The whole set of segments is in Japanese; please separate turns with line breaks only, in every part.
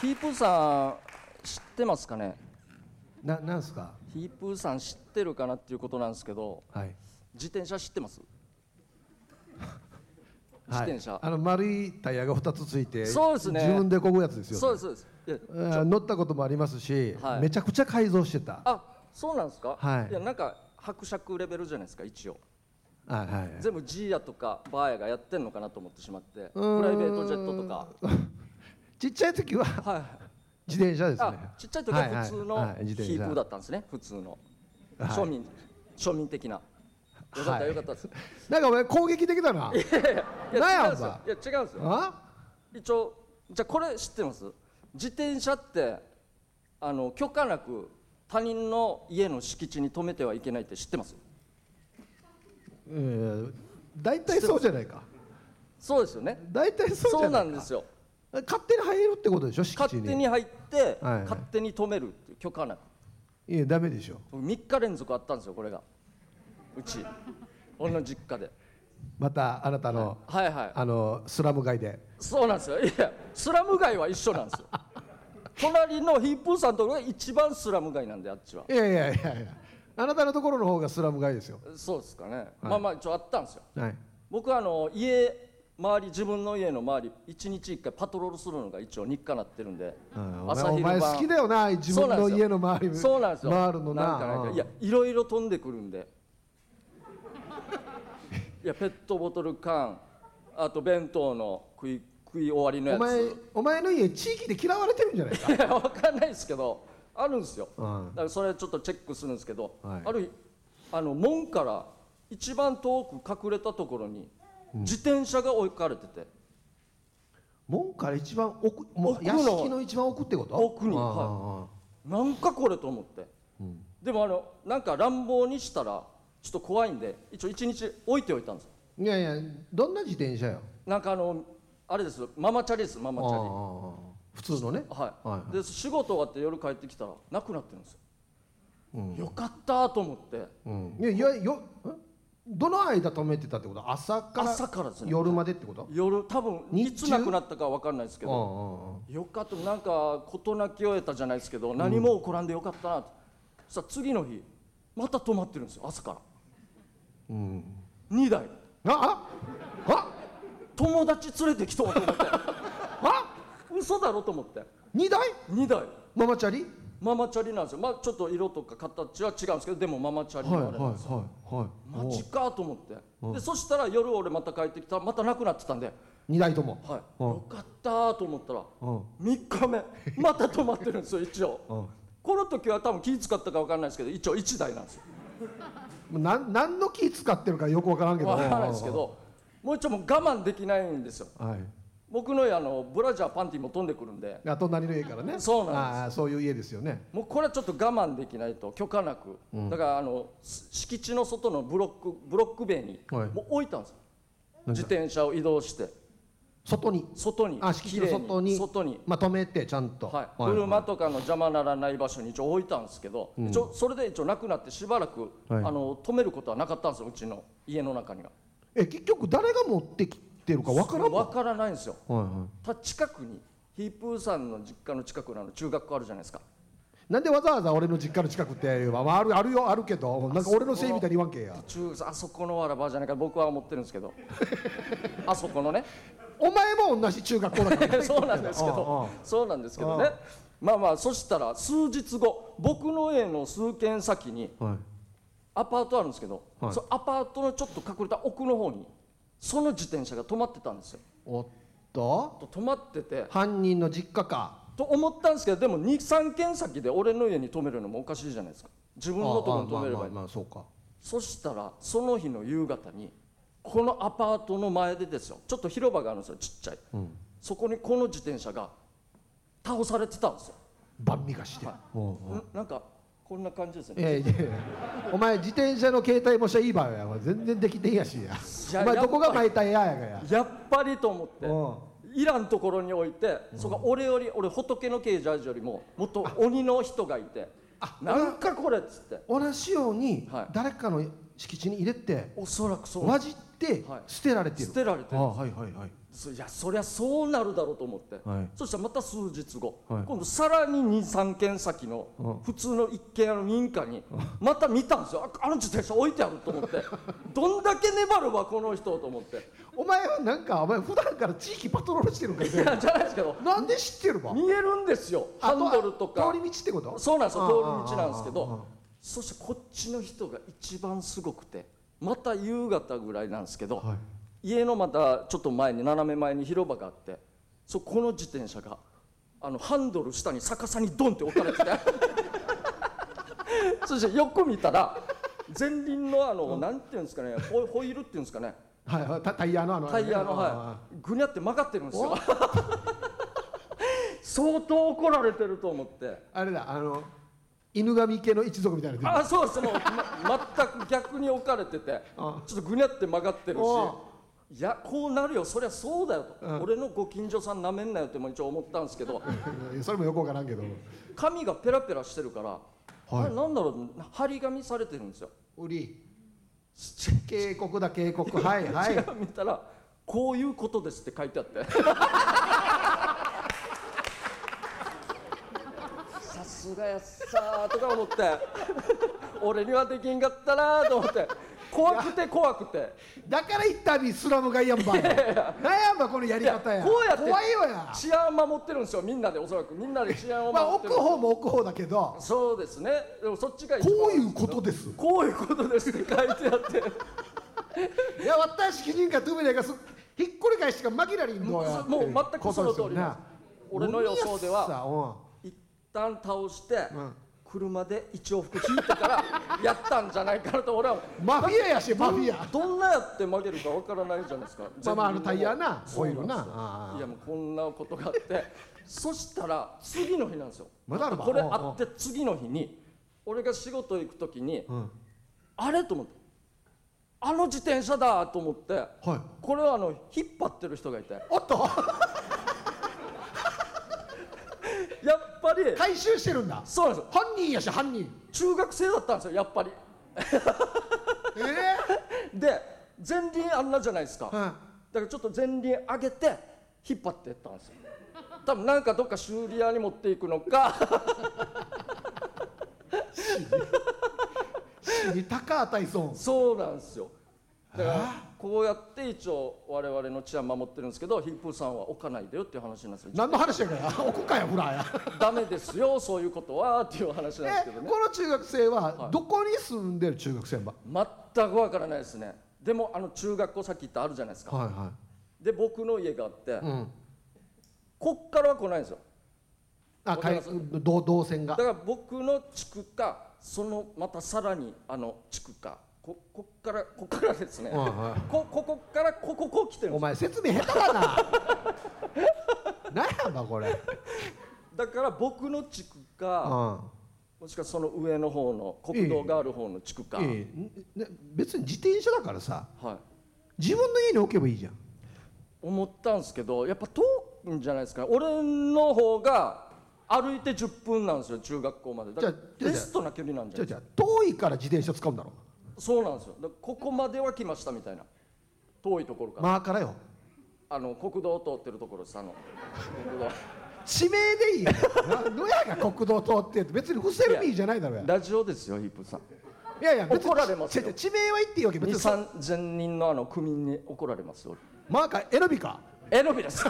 ヒープーさん知ってますかね
ななんですか
ヒープーさん知ってるかなっていうことなんですけど
はい
自転車知ってます
はい
自転車
あの丸いタイヤが2つついて
そうですね
自分でこぐやつですよね
そうですそうですいや
えー乗ったこともありますし、
はい
めちゃくちゃ改造してたは
あそうなんですか、
はい
やなんか伯爵レベルじゃないですか一応
いはい
全部ジーヤとかバーヤがやってんのかなと思ってしまってプ
ーん
ライベートジェットとか
ちっちゃい時は
はい
自転車ですね
あちっちゃい時は普通
はいはい
の
はい自
ヒ
転
ープー
車
だったんですね普通の
はい
庶民庶民的なよかっ
は
た
い
よかったです
なんかお前攻撃的 だな
や
いなん
違うん
や
ですよいや違うんですよ
あ
一応じゃあこれ知ってます自転車ってあの許可なく他人の家の敷地に止めてはいけないって知ってます
えー大体そうじゃないか
そうですよね
大体そうじ
そう
ゃな
ない
か
んですよ
勝手に入るってことでしょ敷地
勝
に
手に入って、
はい
勝手に止めるっていう許可なく
いやダメでしょ
僕3日連続あったんですよこれがうち俺の実家で
またあなたの、
はいはい
あのスラム街で
そうなんですよいやスラム街は一緒なんですよ隣のヒップーさんとこが一番スラム街なんであっちはい
やいやいやいやあなたのところの方がスラム街ですよ
そうですかね、まあまあ一応あったんですよ
はい
僕はあの家周り自分の家の周り一日一回パトロールするのが一応日課なってるんで、
うんお前お前好きだよな自分の家の周り
そうなんですよ
回るのなん
かんか
うん
いやいろいろ飛んでくるんでいやペットボトル缶あと弁当の食い食い終わりの
お前
や
お前の家地域で嫌われてるんじゃないか
ついやわかんないですけどあるんですよ、
うん
だからそれちょっとチェックするんですけど、
はい
ある日あの門から一番遠く隠れたところに自転車が置かれてて、
門から一番奥もう
奥の
屋敷の一番奥ってこと
奥に
ああ
はなんかこれと思って、でもあのなんか乱暴にしたらちょっと怖いんで一応一日置いておいたんですよ
あいやいやどんな自転車よ
なんかあのあれですママチャリですママチ
あああ
ャ
普通のね
リはい、
はい
で仕事終わって夜帰ってきたらなくなってるんですよ、よかったと思って
うんいやいやよえどの間止めてたってこと朝から
朝からですね
夜までってこと
夜多分
日
い
中
つなくなったかわかんないですけ
ああ
ど
ああ
よかったなんか事なきを得たじゃないですけど何も起こらんでよかったなと、さあ次の日また止まってるんですよ朝から、う2台
あああ
友達連れてきとうと思って
あ
嘘だろと思って
二台
2台
ママチャリ
ママチャリなんですよまあちょっと色とか形は違うんですけどでもママチャリのあれなんですよ、
いはい
マジかと思ってでそしたら夜俺また帰ってきたらまたなくなってたんで、
二台とも
はい
うん
よかったと思ったら
うん
3日目また止まってるんですよ一応
うん
この時は多分気使ったか分かんないですけど一応1台なんですよ
なん何の気使ってるかよくわからんけど
分からないですけどもう一応もう我慢できないんですよ
はい
僕の家あのブラジャーパンティも飛んでくるんで
あ隣の家からね
そうなんです
ああそういう家ですよね
もうこれはちょっと我慢できないと許可なく、だからあのす敷地の外のブロックブロック塀に
はい
もう置いたんですよ、
なんか
自転車を移動して
外に
外に
あ敷地の外
綺麗
に
外に、
まあ止めてちゃんと
はい車とかの邪魔ならない場所に一応置いたんですけど、一応それで一応なくなってしばらく、
はい
あの止めることはなかったんですようちの家の中には
え結局誰が持ってきてるかわからんもん
わからないんですよ
はいはい
た近くにヒープーさんの実家の近くのあの中学校あるじゃないですか
なんでわざわざ俺の実家の近くって言えば、まあ、あるあるよあるけどなんか俺のせいみたいに言わんけや
中あそこのわらばじゃないか僕は思ってるんです けどあそこのね
お前も同じ中学校だか ら
そうなんですけど、そうなんですけどね。まあまあそしたら数日後僕の家の数軒先に
うんうんはい
アパートあるんですけど、
はい
そのアパートのちょっと隠れた奥の方にその自転車が止まってたんですよ
おっと
と止まってて
犯人の実家か
と思ったんですけどでも23軒先で俺の家に止めるのもおかしいじゃないですか自分のところに止めればいい、
ああまあまあまあそうか
そしたらその日の夕方にこのアパートの前でですよちょっと広場があるんですよちっちゃい、そこにこの自転車が倒されてたんですよ
万味がして、おうおう
ななんかこんな感じですね。
いやいやいやお前自転車の携帯もしたらいい場合や全然できてんやしや
や
お前どこ
や
が
っぱ
マイタイヤやがや
やっぱりと思って
お
いらんところに置いてそこは俺より俺仏の刑事よりももっと鬼の人がいてなんかこれっつって
同じように
はい
誰かの敷地に入れて
おそらくそう
混じっって
はい
捨てられて
捨
る、
てられて
あ
る
はいはいはい
そいやそりゃそうなるだろうと思って、
はい
そしたらまた数日後、
はい
今度さらに23軒先の
うん
普通の一軒家の民家にまた見たんですよああの自転車置いてあると思ってどんだけ粘るわこの人と思ってい
お前はなんかお前普段から地域パトロールしてるんかよ
やじゃないですけど
なんで知ってるば
見えるんですよ
あ
ハンドルとか
通り道ってこと
そうなんですよ
あ
通り
ー
道なんですけ
あーあーあ
どそしてこっちの人が一番すごくてまた夕方ぐらいなんですけど、
はい
家のまたちょっと前に斜め前に広場があってそこの自転車があのハンドル下に逆さにドンって置かれてて そしてよく見たら前輪のあの、なんていうんですかねホイホイールっていうんですかね
はいはいタタイヤのあの
タイヤのはいぐにゃって曲がってるんですよ相当怒られてると思って。
いあれだあの犬神系の一族みたいなやつ
あそうですもう、ま、全く逆に置かれててちょっとぐにゃって曲がってる
お
しいやこうなるよそりゃそうだよと、
うん
俺のご近所さんなめんなよっても一応思ったんですけど
いやそれもよくわからんけど
髪がペラペラしてるから、
はい
あれなんだろう張り紙されてるんですよ
売り警告だ警告はいは
違
いう
見たらこういうことですって書いてあって さすがやっさーとか思って俺にはできんかったなーと思って怖くて怖くて。
だから一旦スラム街やんばいなんやんばこのやり方や
こうやって
怖いよや
治安守ってるんですよみんなでおそらくみんなで治安を
まあ
守って
奥
る、
方も奥方だけど
そうですねでもそっちが一番
こういうことです
こういうことですって書いてあっ て
いや私基人がトゥベレがすひっくり返しが紛らにどうやって
もう全くその通りなんです俺の予想では
は
一旦倒して、
ん
車で一往復引いて からやったんじゃないかなと俺は
マフィアやしマフィア
どんなやって曲げるかわからないじゃないですか
まあまああのタイヤな
そ
オ
う
イ
んです
ル
よ
なああ
いやもうこんなことがあって そしたら次の日なんですよ
まだあるわ
これ
うんうん
あって次の日に俺が仕事行く時に
ん
あれと思ってあの自転車だと思って
はい
これはあの引っ張ってる人がいて
おっ と
やっぱり
回収してるんだ
そうなんですよ
犯人やし犯人
中学生だったんですよやっぱり
え
で前輪あんなじゃないですか、
えうん
だからちょっと前輪上げて引っ張っていったんですよ多分なんかどっか修理屋に持っていくのか
死に高あたいそう
そうなんですよだからこうやって一応我々の治安守ってるんですけどヒップーさんは置かないでよっていう話なんですよ
何の話やから 奥かやフラや
ダメですよそういうことはっていう話なんですけ
え
どね
この中学生は
はい
どこに住んでる中学生ば
全くわからないですねでもあの中学校さっき言ったあるじゃないですか
はいは
で僕の家があって、
いうん
こっからは来ないんですよ
あかい
わかり
動動線
だ
が
から僕の地区かそのまたさらにあの地区かここっからこっからですね、
はいは
こここからこここう来てるん
お
で
前説明下手だな何やばこれ
すだから僕の地区
う
か
ん
もしくはその上の方の国道がある方の地区か、
ええね別に自転車だからさ
はい
自分の家に置けばいいじゃん
思ったんですけどやっぱ遠いんじゃないですかね俺の方が歩いて10分なんですよ中学校までだから
じゃあじゃあ
ベストな距離なんじ
じ
ゃ
ゃ
な
あ
い
じゃあ遠いから自転車使うんだろ
そうなんですよだからここまでは来ましたみたいな遠いところから、
まあからよ
あの国道を通ってるところですあ の国道
地名で いいよなどやが国道通ってって別に伏せる意味じゃないだろうや
ラジオですよヒップさん
いやいや別に
怒られますよ
違う違う地名は言っていいわけ別
2
にそ
3 0人のあの区民に怒られますよ
マーカー選びか
エノビです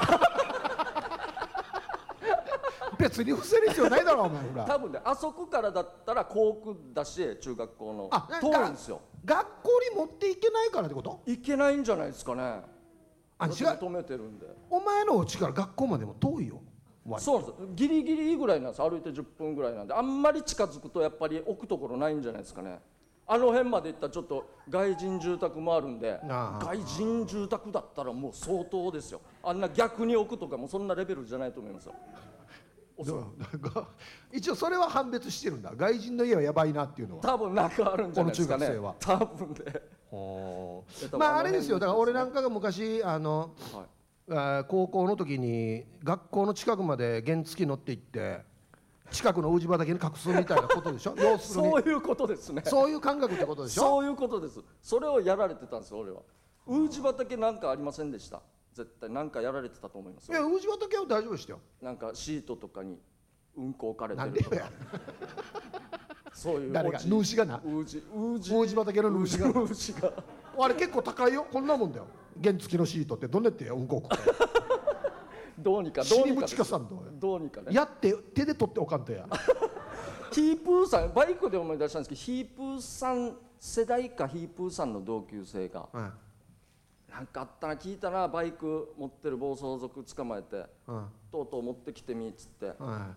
別に伏せる必要ないだろお前ほ ら
多分ねあそこからだったら校区だし中学校の
あ
遠いんですよ
学校に持っていけないからってこと
行けないんじゃないですかね
あ違
だって
う
止めてるんで
お前の家から学校までも遠いよ割
そうなんですよギリギリぐらいなんです歩いて10分ぐらいなんであんまり近づくとやっぱり置くところないんじゃないですかねあの辺まで行ったらちょっと外人住宅もあるんで
ああ
外人住宅だったらもう相当ですよあんな逆に置くとかもそんなレベルじゃないと思いますよおそらく
が 一応それは判別してるんだ外人の家はやばいなっていうのは
多分なんかあるんじゃないですかね
この
多分で
まああれですよだから俺なん
か、
かが昔あの
はい
あー高校の時に学校の近くまで原付乗って行って近くの宇治畑に隠すみたいなことでし ょ要するに
そういうことですね
そういう感覚ってことでしょ
そういうことですそれをやられてたんですよ俺は宇治畑なんかありませんでした絶対なんかやられてたと思います
いや宇治畑は大丈夫でしたよ
なんかシートとかにうんこ置かれ
な
て
ん
る
で
と
よ
か
や
そういう
誰が
おじ
主がな
うじうじ
宇治畑の
う
ルー
じ
シ
が
が
うじが
あれ結構高いよこんなもんだよ原付きのシートってどんなやってうんこ送って
どうにかど
死
う
に
に
ぶ
か
ちかさんと
どうにかね
やって手で取っておかんとや
ヒープーさんバイクで思い出したんですけどヒープーさん世代かヒープーさんの同級生が
うん
なんかあったな聞いたなバイク持ってる暴走族捕まえて
うん
とうとう持ってきてみっつって
うん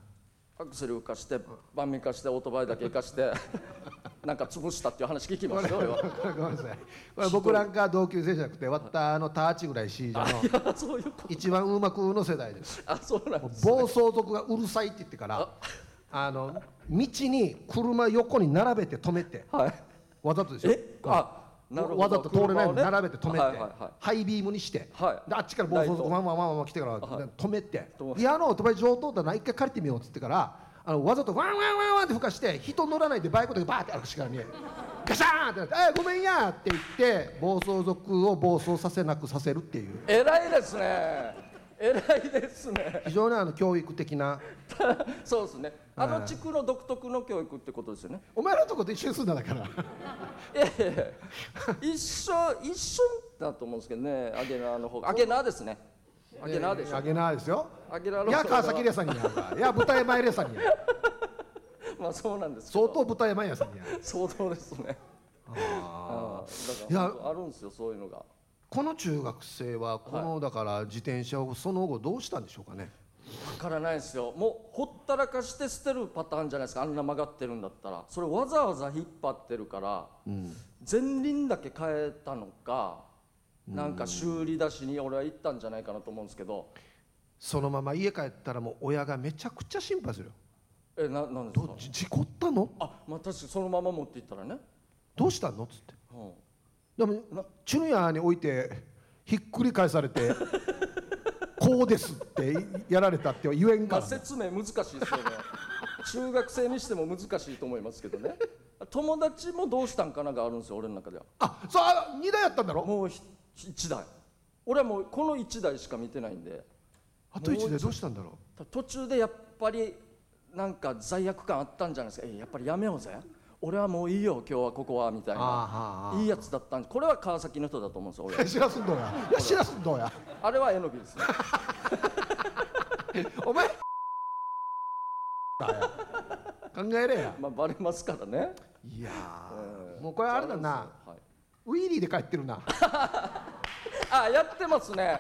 アクセル浮かして盤面浮かしてオートバイだけ浮かして なんか潰したっていう話聞きましたよ俺は
ごめんなさい
これ僕なんか同級生じゃなくてわったあのターチぐらい C じゃの
いやそういうこと
一番うまくの世代です
あそうなんです
暴走族がうるさいって言ってからあの道に車横に並べて止めて
はい
わざとですよ
えあなるほど
わざと通れないよ
車を
うに
ね
並べて止めて、
はいはいはい
ハイビームにして、
はい
であっちから暴走
ライ
族
ト
ワンワンワンワン来てから
はい
止めて、
止め
い、やあのオートバイ上等だな一回借りてみようっつってからあのわざとワンワンワンワンってふかして人乗らないでバイクでバーって歩くしかにガシャーンってなって「えごめんや」って言って暴走族を暴走させなくさせるっていう
偉いですね偉いですね
非常にあの教育的な
そうですねあの地区の独特の教育ってことですよね
お前らのとこで一緒にすんだだから
いやいやいや一緒一緒だと思うんですけどねアゲナーの方がアゲナーですねアゲナーでしょ
あげなですよ
アゲナーの
いや
方が
川崎レさんにやるわいや舞台前レさんにやる
まあそうなんですけ
相
ど
当舞台前やさんにやる
相当ですねああ
い
だ
や
からあるんですよそういうのが
この中学生はこの、だから自転車をその後どうしたんでしょうかね
わからないですよもうほったらかして捨てるパターンじゃないですかあんな曲がってるんだったらそれわざわざ引っ張ってるから、前輪だけ変えたのかなんか修理出しに俺は行ったんじゃないかなと思うんですけど、
そのまま家帰ったらもう親がめちゃくちゃ心配するよ
えななんですか
どじ事故ったの
あまあ確かにそのまま持っていったらね、
どうしたのっつって
うん
でもチュニアに置いてひっくり返され てこうですってやられたって言えん
ま
か
あ、
ら、ね、
説明難しい ですよね中学生にしても難しいと思いますけどね友達もどうしたんかながあるんですよ俺の中では
あそうあ2台やったんだろ
もうひ一台俺はもうこの一台しか見てないんで
あと1台どうしたんだろう
途中でやっぱりなんか罪悪感あったんじゃないですか「えやっぱりやめようぜ俺はもういいよ今日はここは」みたいな
あ
いいやつだったんこれは川崎の人だと思うんですよ俺
あ知らすんどうやいや知らすんどうや
あれはえのきですね
お前考えれや
まあバレますからね
いや
え
ー
ー
もうこれあれだな
はい
ウィリーで帰ってるな
あやってますね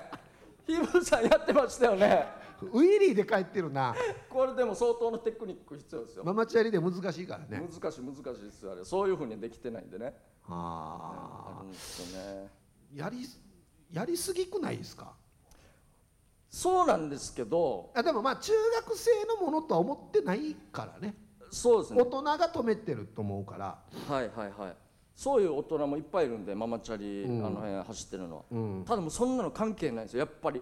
ひぶさんやってましたよね
ウィリーで帰ってるな
これでも相当のテクニック必要ですよ、
ママチャリで難しいからね
難しい難しいですよあれそういうふうにできてないんでね
あ
あるんですよね
ーやりやりすぎくないですか
そうなんですけど
あでもまあ中学生のものとは思ってないからね
そうですね
大人が止めてると思うから
はいはいはいそういう大人もいっぱいいるんでママチャリ、あの辺走ってるのは、ただもうそんなの関係ないんですよやっぱり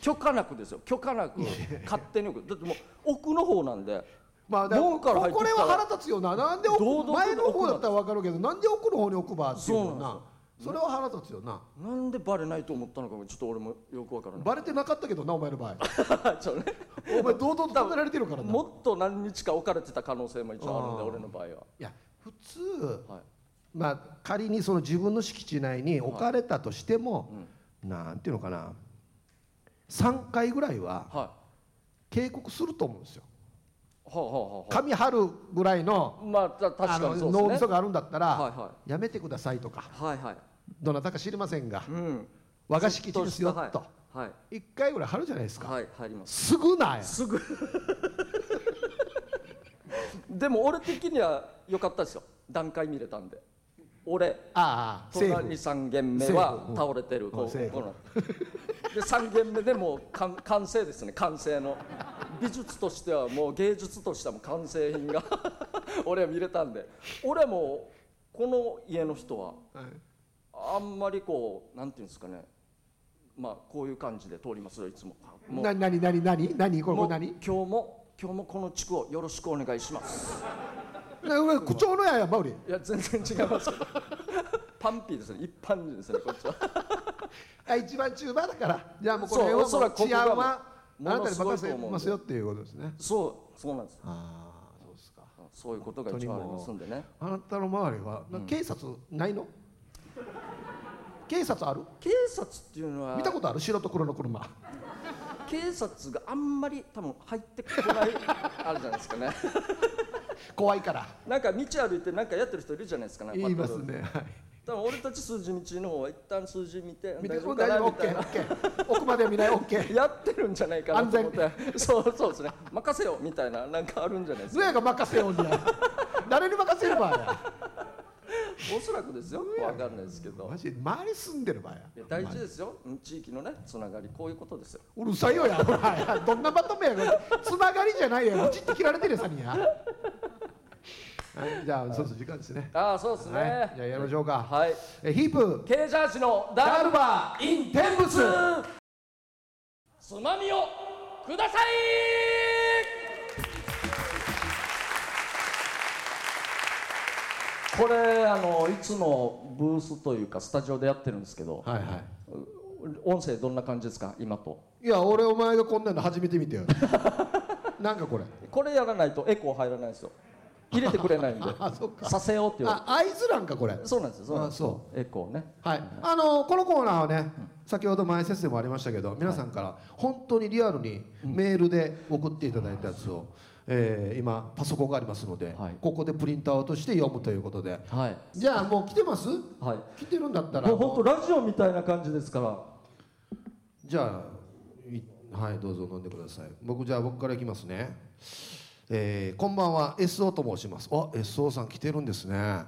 許可なくですよ許可なく勝手に置くだってもう奥の方なんで
まあでも
門から入ってき
こ
た
れ
ら
は腹立つよななんで
堂々
奥
と
前の方だったら分かるけどなんで奥の方に置くばっていうもん
そう
なそれは腹立つよな
なんでバレないと思ったのかちょっと俺もよくわからない
バレてなかったけどなお前の場合
ちょっとね
お前堂々と止められてるからな
もっと何日か置かれてた可能性も一応あるんで
あー
俺の場合はい
や普通
はい
まあ、仮にその自分の敷地内に置かれたとしても、なんていうのかな3回ぐらいは
は
警告すると思うんですよ
いはあ、はあはあは
紙貼るぐらいの
あ、まあた
あ
確か
の
にそうですね
脳みそがあるんだったら、
はいは
やめてくださいとか
はいはい
どなたか知りませんが、
うん
我が敷地ですよ
とした
と、
はいはい
一1回ぐらい貼るじゃないですか、
はい入ります
すぐなや
すぐでも俺的には良かったですよ段階見れたんで俺
ああ政
隣
府
3軒目は倒れてる、こう
セーフ
こので3軒目でもう完完成ですね完成の美術としてはもう芸術としてはもう完成品が 俺は見れたんで俺はもうこの家の人はあんまりこうなんていうんですかねまあこういう感じで通りますよいつももう
な何何何何これこ
も
れ
う
何
今日も今日もこの地区をよろしくお願いします
なこれ口調のややマウリ
いや全然違いますけどパパンピーですね一般人ですねこっちは
あ一番中盤だからじゃあもうこの辺は
そうおそらくこ
もう
こ
治
が
安はあ
も
な
の
たに
すごいと思
任せ
うんで
ますよっていうことですね
そうそうなんです
ああそうですか
そういうことが一番ありますんでね
あなたの周りは、な警察ないの警察ある
警察っていうのは
見たことある白と黒の車
警察があんまり多分入ってこないあるじゃないですか ね
怖いから
なんか道歩いてなんかやってる人いるじゃないですかね
言いま
パ
す
トロール
ねはい
多分俺たち数字道の方は一旦数字見て
見て
大丈夫
大
か
丈
な
夫
み
オッ
た
ケ
い
ーオ
な
ッケー奥までは見ないオッケー
やってるんじゃないかなと思ってそうそうですね任せよみたいななんかあるんじゃないです
ズ
か
ヤが任せようにや誰に任せる場合や
おそらくですよわかんないですけど
マジ周り住んでる場合や
いや大事ですようん地域のねつながりこういうことですよ
うるさいよや ほらどんなまとめやこれつながりじゃないやブチって切られてるやさにやはいじゃあそうそう時間ですね
ああそうですね
はいじゃあやりましょうか
はい
えヒープ
ケージャージの
ダ
ダ
ル
ルバ
バーインテンブス
つまみをくださいこれあのいつもブースというかスタジオでやってるんですけど、
はいは
音声どんな感じですか今と
いいや俺お前がこんなの初めて見 てよなんかこれ
これやらないとエコー入らないんですよ入れてくれないんで
あそっか
させようって言わ
あ合図なんかこれ
れそうなんですよそうなんです
あ
よエコーね
はい、あのこのコーナーはね、先ほど前説でもありましたけど皆さんから本当にリアルにメールで送っていただいたやつを、えー今パソコンがありますので、
はい
ここでプリントアウトして読むということで
はい
じゃあもう来てます
はい
来てるんだったら
もう本当ラジオみたいな感じですから
じゃあいはいどうぞ飲んでください僕じゃあ僕からいきますね、えーこんばんは SO と申しますあ SO さん来てるんですね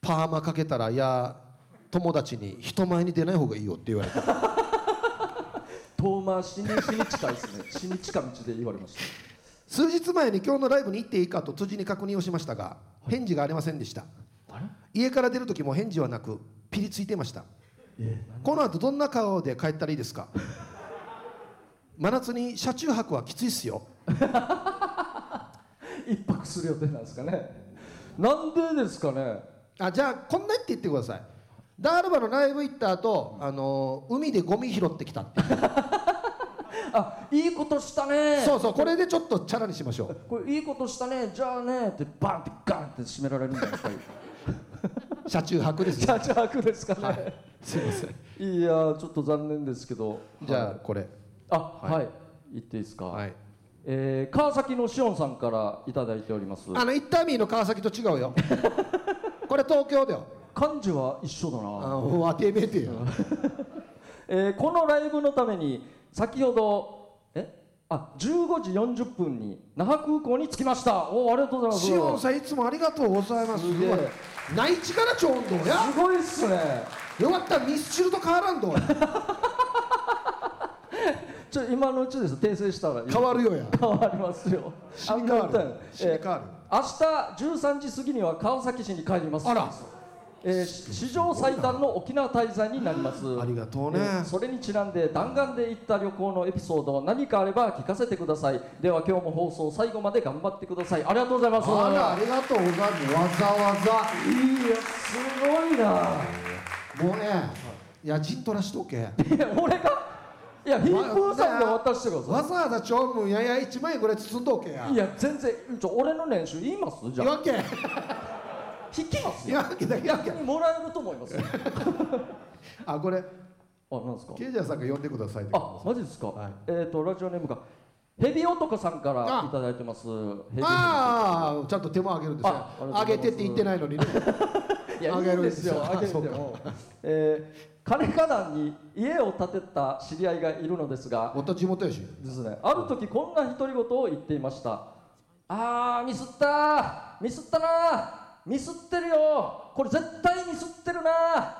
パーマかけたらいや友達に人前に出ない方がいいよって言われた
遠回しに死に近いです ね死に近道で言われまし
数日前に今日のライブに行っていいかと辻に確認をしましたが返事がありませんでした
たあれ
家から出る時も返事はなくピリついていました
え
この後どんな顔で帰ったらいいですか 真夏に車中泊はきついっすよ
一泊する予定なんですかね なんでですかね
あじゃあこんなって言ってくださいダールバのライブ行った後、あのー海でゴミ拾ってきたって、
あいいことしたね
そうそうこれでちょっとチャラにしましょう
これいいことしたねじゃあねってバンってガンって締められるんじゃないですか
車中泊で す
じ
ね
ゃあ邪悪ですかね、
すいません
い、やーちょっと残念ですけど
じゃあこれ
あはい、言っていいですか、
はい
えー川崎のしおんさんからいただいております
あのイッターミーの川崎と違うよこれ東京だよ
漢字は一緒だな
あうわてめえてよ
えーこのライブのために先ほどえあ15時40分に那覇空港に着きましたおーありがとうございます
シオンさんいつもありがとうございます
すげえ
すごい内地からちょうんどや
すごいっすね
よかったミスチルと変わらんどや
ちょ今のうちです訂正したら
変わるよや
変わりますよ
死に変わ
あ
る死に変
え
わ
ー明日13時過ぎには川崎市に帰ります
あら
えーし史上最短の沖縄滞在になります
るありがとうね
えーそれにちなんで弾丸で行った旅行のエピソード何かあれば聞かせてくださいでは今日も放送最後まで頑張ってくださいありがとうございます
あらありがとうございますわざわざ
いやすごいな
もうね、いや、陣取らしとけ。
いや俺がいやヒープーさんが渡してくだ
わ
さ
ざわざ長文やや一枚ぐらい包んどけや。
いいや全然ちょ俺の練習言いますじ
言
ゃあ
わんけ。
引きます
言
よ
わんけだ、言わんけ
逆。にもらえると思いますよ
あ、これ、
あなんですか
ケイジャーさんが呼んでくださいって。
あマジですか、
はい
えっ、とラジオネームがヘビ男さんから
あ
いただいてますヘビ
ああ、ちゃんと手も上げるんですね
あありがとうございます
上げてって言ってないのにね。
いや
あ
い
げ
い
る
んですよ
あ
あげて
そうか
も、 えー、金花壇に家を建てた知り合いがいるのですが
おっと地元やし。
ですねある時こんな独り言を言っていましたあーミスったーミスったなーミスってるよーこれ絶対ミスってるなー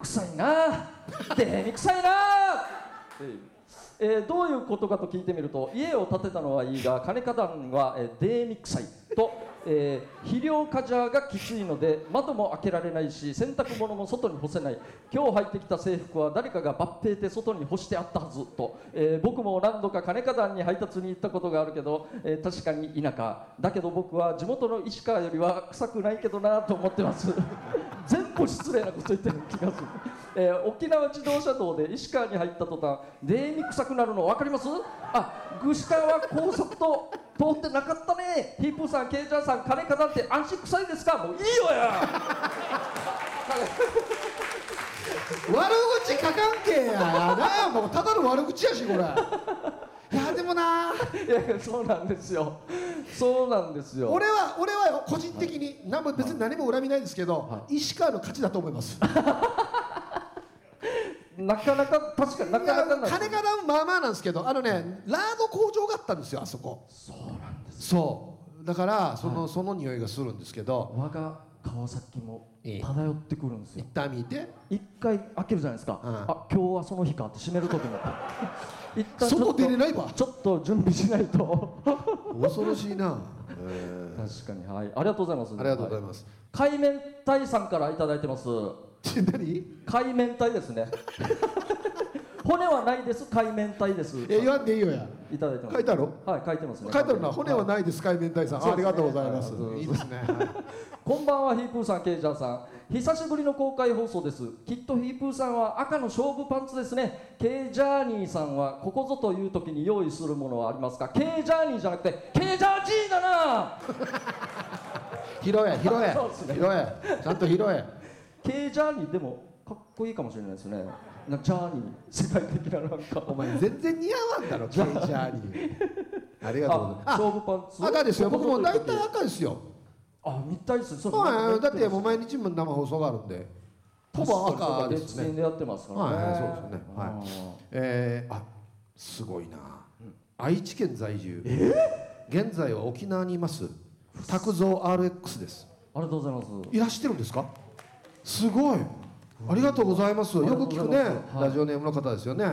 臭いなーデミ臭いなー えーえーどういうことかと聞いてみると家を建てたのはいいが金花壇は、えー、デーミ臭いと、えー肥料カジャーがきついので窓も開けられないし洗濯物も外に干せない今日入ってきた制服は誰かが抜兵で外に干してあったはずと、えー僕も何度か金花壇に配達に行ったことがあるけど、えー確かに田舎だけど僕は地元の石川よりは臭くないけどなと思ってます 全部失礼なこと言ってる気がする、えー沖縄自動車道で石川に入った途端出に臭くなるの分かりますあ具志川高速と通ってなかったねヒープーさんケイジャーさん金かなんて安心臭いですかもういいよや
悪口書かんけやなんやもうただの悪口やしこれいやでもない
やそうなんですよそうなんですよ
俺は俺は個人的に何も別に何も恨みないんですけど、石川の勝ちだと思います
なかなか確かになかなかない
金がダウンまあまあなんですけどあのねラード工場があったんですよあそこ
そうなんです
そうだからその,、その匂いがするんですけど
我が川崎も
ええ
漂ってくるんですよ
一旦見て
一回開けるじゃないですか、
うん
あ今日はその日かって閉める時も一旦ちょっと
外出れないわ
ちょっと準備しないと
恐ろしい な、
確かにはいありがとうございます
ありがとうござい
ま
ます、
す、はい、海面隊さんから頂いいてます
ち何
海面隊です ね骨はないです海面隊です
え言わんでいいよや
いただいてます
書いてある
はい書いてますね
書いてあるな骨はないです海面隊さんあありがとうございます
そうですね
いいですねはい
こんばんはヒープーさんケイジャーさん久しぶりの公開放送ですきっとヒープーさんは赤の勝負パンツですねケイジャーニーさんはここぞという時に用意するものはありますかケイジャーニーじゃなくてケイジャージーだな
拾え拾え
そうですね
拾えちゃんと拾え
ケイジャーニーでもかっこいいかもしれないですねなジャーニー世界的ななんか
お前全然似合わんだろケイジャーにありがとうござい
あ
ます
勝負パンツ
あ赤ですよ
こ
僕
こぞ
も
とい
大
う時
体赤ですよ
あ見たいですそう
はいだってもう毎日も生放送があるんでほぼ赤です
別
ね
でやってますからね
はいはいそうですねはえー、あすごいな、愛知県在住現在は沖縄にいます拓蔵 RX です
ありがとうございます
いらしてるんですかすごいありがとうございますよく聞くね、
ありがとうございますはい
ラジオネームの方ですよね、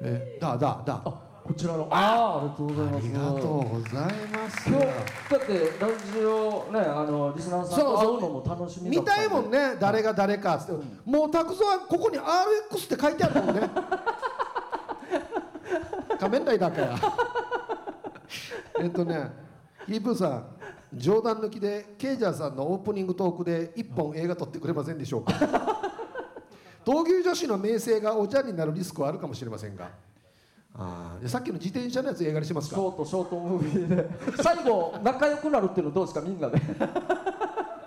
えーだだだあ
あこちらのああありがとうございます
りがとうございます
今日だってラジオねあのリスナーさんと会うのも楽しみだ
見
った
たいもん
ね
ね誰が誰かっつって、もう拓蔵はここに RX って書いてあるもんね仮面ライダーかやえっとねヒープーさん冗談抜きでケイジャーさんのオープニングトークで一本映画撮ってくれませんでしょうか闘牛女子の名声がお茶になるリスクはあるかもしれませんがあーでさっきの自転車のやつ映画にします
シ
か
ョートショートムービーで 最後仲良くなるっていうのどうですかみんなで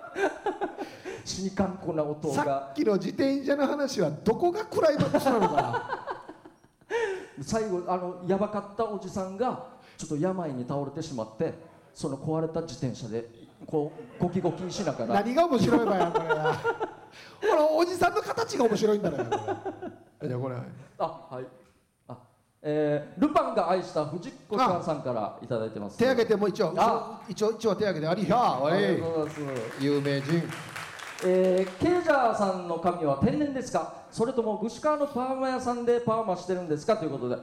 死にかんこな音
さ
が
っきの自転車の話はどこがクライマックスなのかな
最後あのやばかったおじさんがちょっと病に倒れてしまってその壊れた自転車でこうゴキゴキしながら
何が面白いのやこれはほらおじさんの形が面白いんだねこれじゃあこれ
あはいあえールパンが愛した藤子ちゃんさんから頂いただいてます
手挙げてもう一応
あ
一応一応手挙げてありひゃーお
あり
い
がとうございます
有名人
えー、ケイジャーさんの髪は天然ですかそれとも串川のパーマ屋さんでパーマしてるんですかということで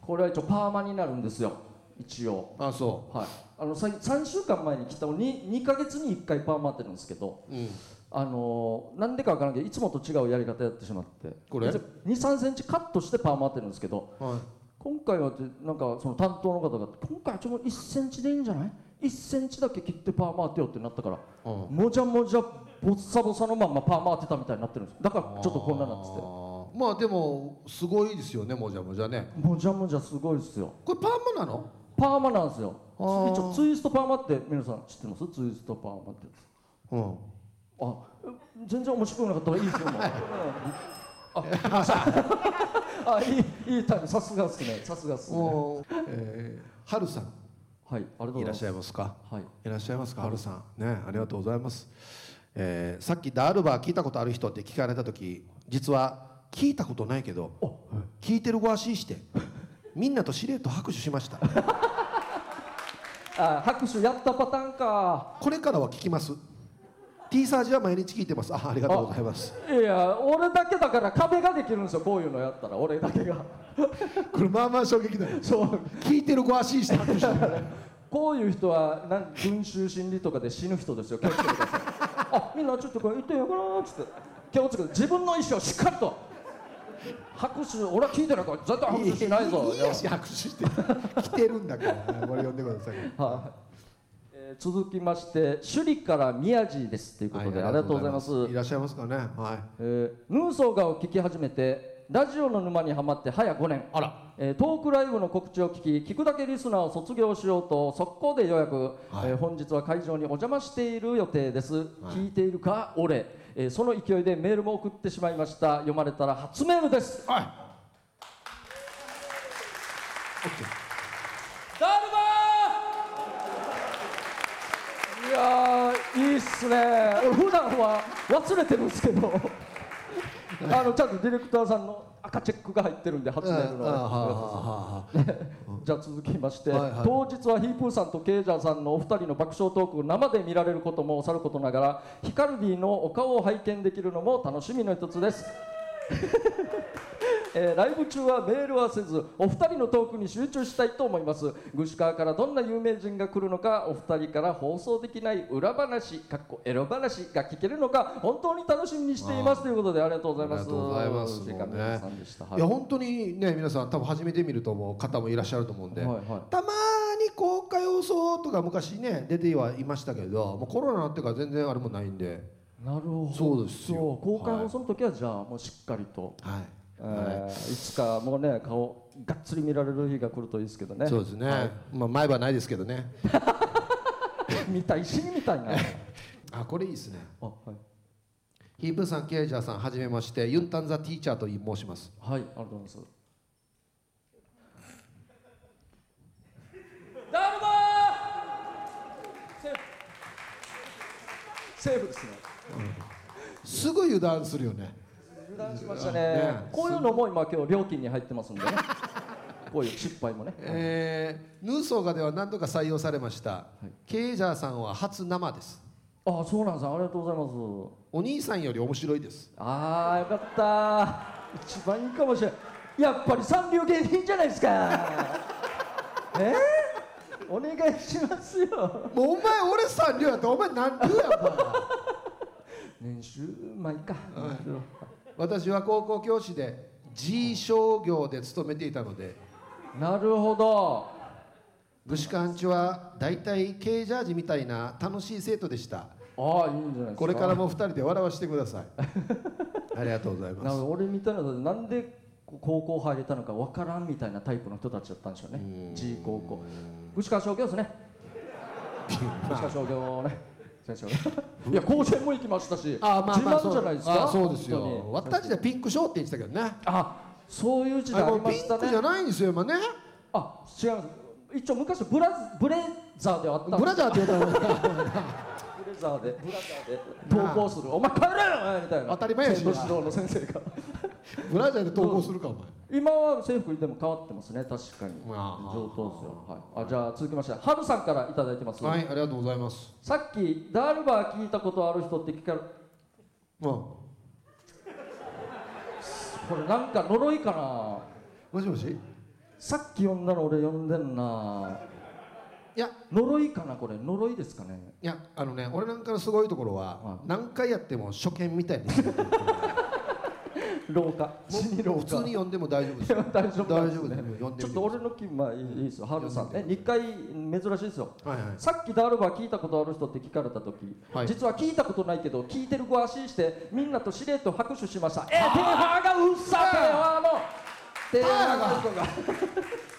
これは一応パーマになるんですよ一応
あそ
はいあのさ3週間前に来たのに2ヶ月に1回パーマってるんですけど
う、うん、
あのーなんでかわからんけどいつもと違うやり方やってしまって
これ
2 3センチカットしてパーマってるんですけど
はい
今回はってなんかその担当の方が今回はちょっと1センチでいいんじゃない1センチだけ切ってパーマ当てようってなったから
うん
もじゃもじゃボッサボサのまんまパーマ当てたみたいになってるんですだからちょっとこんなになってて
あーまあでもすごいですよねもじゃもじゃね
もじゃもじゃすごいですよ
これパーマなの
パーマなんですよ
あー
一応ツイストパーマって皆さん知ってますツイストパーマって
うん
あ全然面白くなかったらいいです よもう、うんああいいいいタイムさすがっすねさすがっすね
おーえー、はるさん
はいありがとうご
い
ざいま
らっし
す
ゃいますか
はい
いらっしゃいますか、ハルさん。ね、ありがとうございます。えーさっきダールバー聞いたことある人って聞かれた時、実は聞いたことないけど、聞いてるご足して、 みんなとしれっと拍手しました。
あ拍手やったパターンか
これからは聞きます。T サージは毎日聞いてます。あ、ありがとうございます。
いや俺だけだから壁ができるんですよこういうのやったら俺だけが
これまあまあ衝撃だよ。
そう
聞いてるご足して拍手してる。
こういう人はなん群衆心理とかで死ぬ人ですよ気をつけてくださいあみんなちょっとこれ言ってよかなーっつって気をつけて自分の意思をしっかりと拍手俺は聞いてないから絶対拍手 しないぞ
いいやし拍手して。来てるんだから、これ呼んでください。
はいええー続きまして首里から宮地ですということで、ありがとうございます
いらっしゃいますかね。はい。
えーヌーソーガを聞き始めてラジオの沼にはまって早5年
あら。
えートークライブの告知を聞き聞くだけリスナーを卒業しようと速攻で予約、えー本日は会場にお邪魔している予定です、聞いているか俺、えーその勢いでメールも送ってしまいました読まれたら初メールです
はい。
だるまーいやーいいっすね俺普段は忘れてるんですけどあのちゃんとディレクターさんの赤チェックが入ってるんで初メールの
ああはあはあはあ。
じゃあ続きまして、
はいはい
当日はヒープーさんとケイジャーさんのお二人の爆笑トークを生で見られることもさることながらヒカルディのお顔を拝見できるのも楽しみの一つです、 えーライブ中はメールはせずお二人のトークに集中したいと思いますグシカーからどんな有名人が来るのかお二人から放送できない裏話かっこエロ話が聞けるのか本当に楽しみにしていますということでありがとうございます
ありがとうございます
藤井亀さんでした、はい
いや本当にね皆さん多分初めて見ると思う方もいらっしゃると思うんで、
はいはい
たまに公開放送とか昔ね出てはいましたけどもうコロナになってから全然あれもないんで
なるほど
そうですよ
そう公開放送の時はじゃあもうしっかりと、
はい、
えーいつかもうね顔がっつり見られる日が来るといいですけどね
そうですね、
は
まあ前歯ないですけどね
い見たい死にみた いなあ、
あこれいいですね
はい、
ヒープーさんケイジャーさんはじめましてユンタンザティーチャーと申します
はい、ありがとうございますダルマーセーフセーフですね
すぐ油断するよね
油断しましたね
ね
こういうのも今今日料金に入ってますんで ねこういう失敗もね
えー、ヌーソーガでは何度か採用されました、ケイジャーさんは初生です
あそうなんですありがとうございます
お兄さんより面白いです
ああよかった一番いいかもしれないやっぱり三流芸人じゃないです かえー、お願いしますよ
もうお前俺三流やったお前何流やんお前
年収まあいいか、
私は高校教師で G 商業で勤めていたので
なるほど
具志ンチは大体 K ジャージみたいな楽しい生徒でした
ああいいんじゃないですか
これからも2人で笑わせてく ださいありがとうござい
な
ま
る
す
ほど俺みたいなのでなんで高校入れたのかわからんみたいなタイプの人たちだったんでしょうね G 高校牛川商業ですね牛川商業ね先 生いや甲子園も行きましたし、
あまあまあ
自慢じゃないです
そう
か
あそうです
本当
よ
に
私でピンクショーって言ってたけどね
あそういう時代
あ
あ
も
り
う
ま
ピン
した
クじ
ね
ゃないんですよ今ね
あ違います一応昔ブラブレザーではあったん
ブ
です
ラジャーって言うたら
ブレザーでブラザーで投稿するお前帰れよお前みたいな
当たり前やし
生徒指導の先生が
ブラジャーで投稿するかお前
今は制服でも変わってますね確かに
ああ
上等ですよはいあじゃあ続きましてハルさんからいただいてます、
はいありがとうございます
さっきダールバー聞いたことある人って聞かれ
うん
これなんか呪いかな
もしもしい
さっき呼んだの俺呼んでんな
や
呪いかなこれ呪いですかね
いやあのね俺なんかのすごいところは何回やっても初見みたいにしてる
廊下
もう
死に廊
普通
下
に呼んでも 大丈夫です
いや
よ。
大丈夫なん
大丈夫で
ね
す呼んでみて
ちょっと俺の気分はいいですよハルさんね2回珍しいですよ
はいはい。
さっきダールバー聞いたことある人って聞かれた時、
はい
実は聞いたことないけど聞いてるご安心してみんなと司令と拍手しましたえー、テーハーがうっさテーハーのテーハーが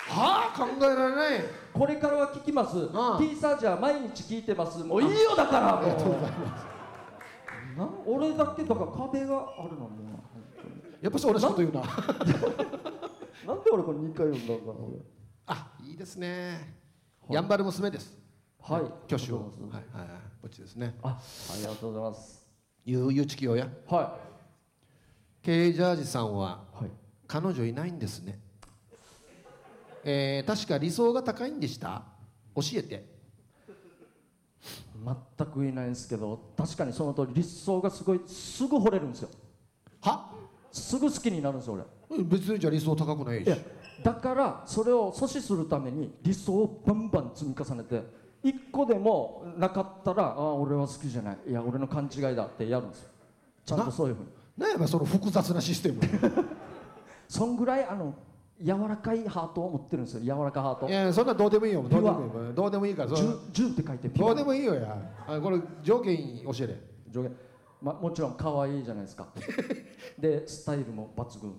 はあ考えられない。
これからは聞きます、
ん
T サージャー毎日聞いてますもういいよだからもうな俺だけだから壁があるのも
やっぱし俺のこと言うな。
ななんで俺これ2回読んだんだろ
あいいですね。やんばる娘です。
うはい
挙手を。
あ
は
りがとうございます
いはいはい。こっちですね。
あありがとうございます
ゆうゆうちきよや。
は
ケイジャージさんはい
はい
彼女いないんですね。えー、確か理想が高いんでした。教えて。
全くいないんですけど確かにその通り理想がすごいすぐ惚れるんですよ
は？
すぐ好きになるんですよ俺
うん別にじゃあ理想高くない
い
し
や。だからそれを阻止するために理想をバンバン積み重ねて一個でもなかったらああ俺は好きじゃないいや俺の勘違いだってやるんですよちゃんとそういうふうに
なんやばその複雑なシステム。
そんぐらいあの柔らかいハートを持ってるんですよ柔らかハー
い
ト
やそんなどうでもいいよどうでもいいよどうでもいいからその
10って書いてピ
ど
ュ
う
ア
でもいいよやあこれ条件教えて
上下まあ、もちろん可愛いじゃないですか でスタイルも抜群、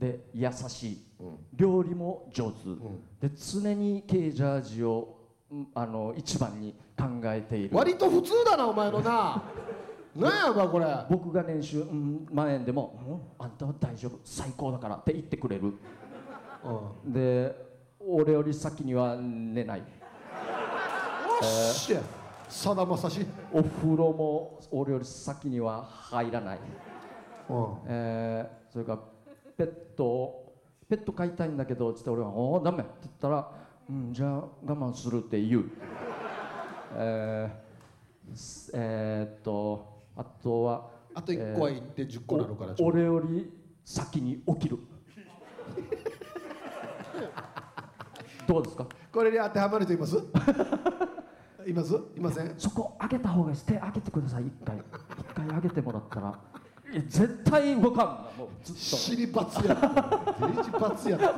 で優しい、料理も上手、で常に K ジャージをうんあの一番に考えている
割と普通だなお前 のななんやお前これ
僕が練習、うん、万円でも、うんあんたは大丈夫最高だから」って言ってくれるで俺より先には寝ない
おっしゃさだまさし
お風呂も俺より先には入らない
うん
えーそれからペットをペット飼いたいんだけどっつって俺は「おおダメ」って言ったら「うんじゃあ我慢する」って言うえーすえーっとあとは
あと1個は言って10個なのかな
お俺より先に起きるどうですか
これに当てはまる人います いますいません
そこ上げた方がいいです手上げてください一回一回上げてもらったらいや絶対動かんなもうずっと
尻バツやってる尻バツやってる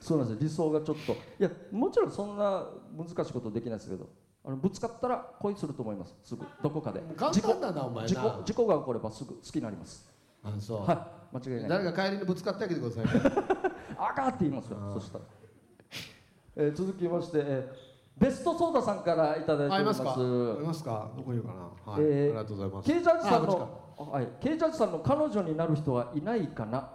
そうなんですよ理想がちょっといやもちろんそんな難しいことできないですけどあのぶつかったら恋すると思いますすぐどこかで
簡
事故
単だなお前
事故
な
事故が起こればすぐ好きになります
あそう、
はい間違いない
誰か帰りにぶつかってあげてくださいね
あかーって言いますよそしたら、えー続きまして、えーベストソーダさんからいただいてお
あい
りま
ますすかありますかどこにいるかなはい、
えー
ありがとうございます
ケイジャージさん
あこ
のあはいケイジャージさんの彼女になる人はいないかな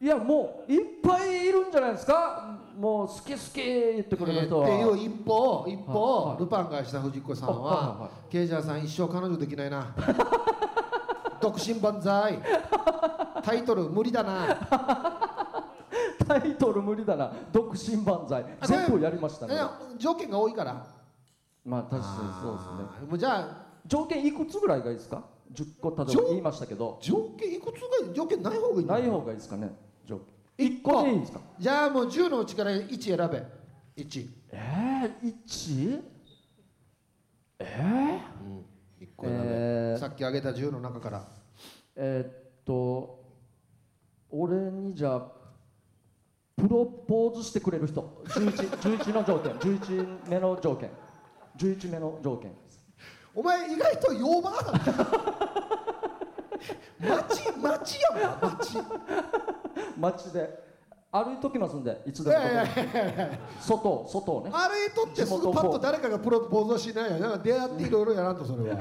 いやもういっぱいいるんじゃないですかもう好き好き言ってくれる人は、
えーっていう一歩を一歩を、
はい
ルパンがした藤子さんは、
あはいはい
ケイジャーさん一生彼女できないな 独身万歳タイトル無理だな
タイトル無理だな独身万歳
あ
全部やりました
い
ね
や条件が多いから
まあ確かにそうですね
すねもうじゃあ
条件いくつぐらいがいいですか10個例えば言いましたけど
条件いくつが条件ない方がいいんだ
ない方がいいですかね条件
一
1
個
個でいいんですか
じゃあもう10のうちから1選べ1
ええー、1? え
一個選べ、
えー
さっき挙げた10の中から
ー、えーっと俺にじゃあプロポーズしてくれる人 11, 11の条件11目の条件11目の条件です
お前意外と洋 場だな街街やんな街
街で歩いときますんでいつ
い
でもどこ
やい
で
や
も
いやいや
外を外をね
歩いとってすぐパッと誰かがプロポーズはしないやんなんか出会っていろいろやらんとそれ は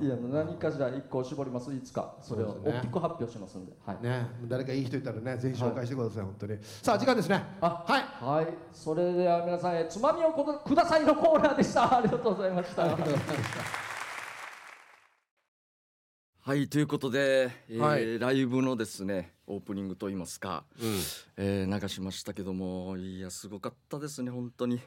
いや何かじゃあ一個絞りますいつかそれを
そうですね
大きく発表しますんではい、
ね誰かいい人いたらねぜひ紹介してください、本当にさあ時間ですね
あ
はい
はい、それでは皆さんえつまみをこどくださいのコーナーでしたありがとうございました
はいということで、えー
はい
ライブのですねオープニングといいますか、えー流しましたけどもいやすごかったですね本当に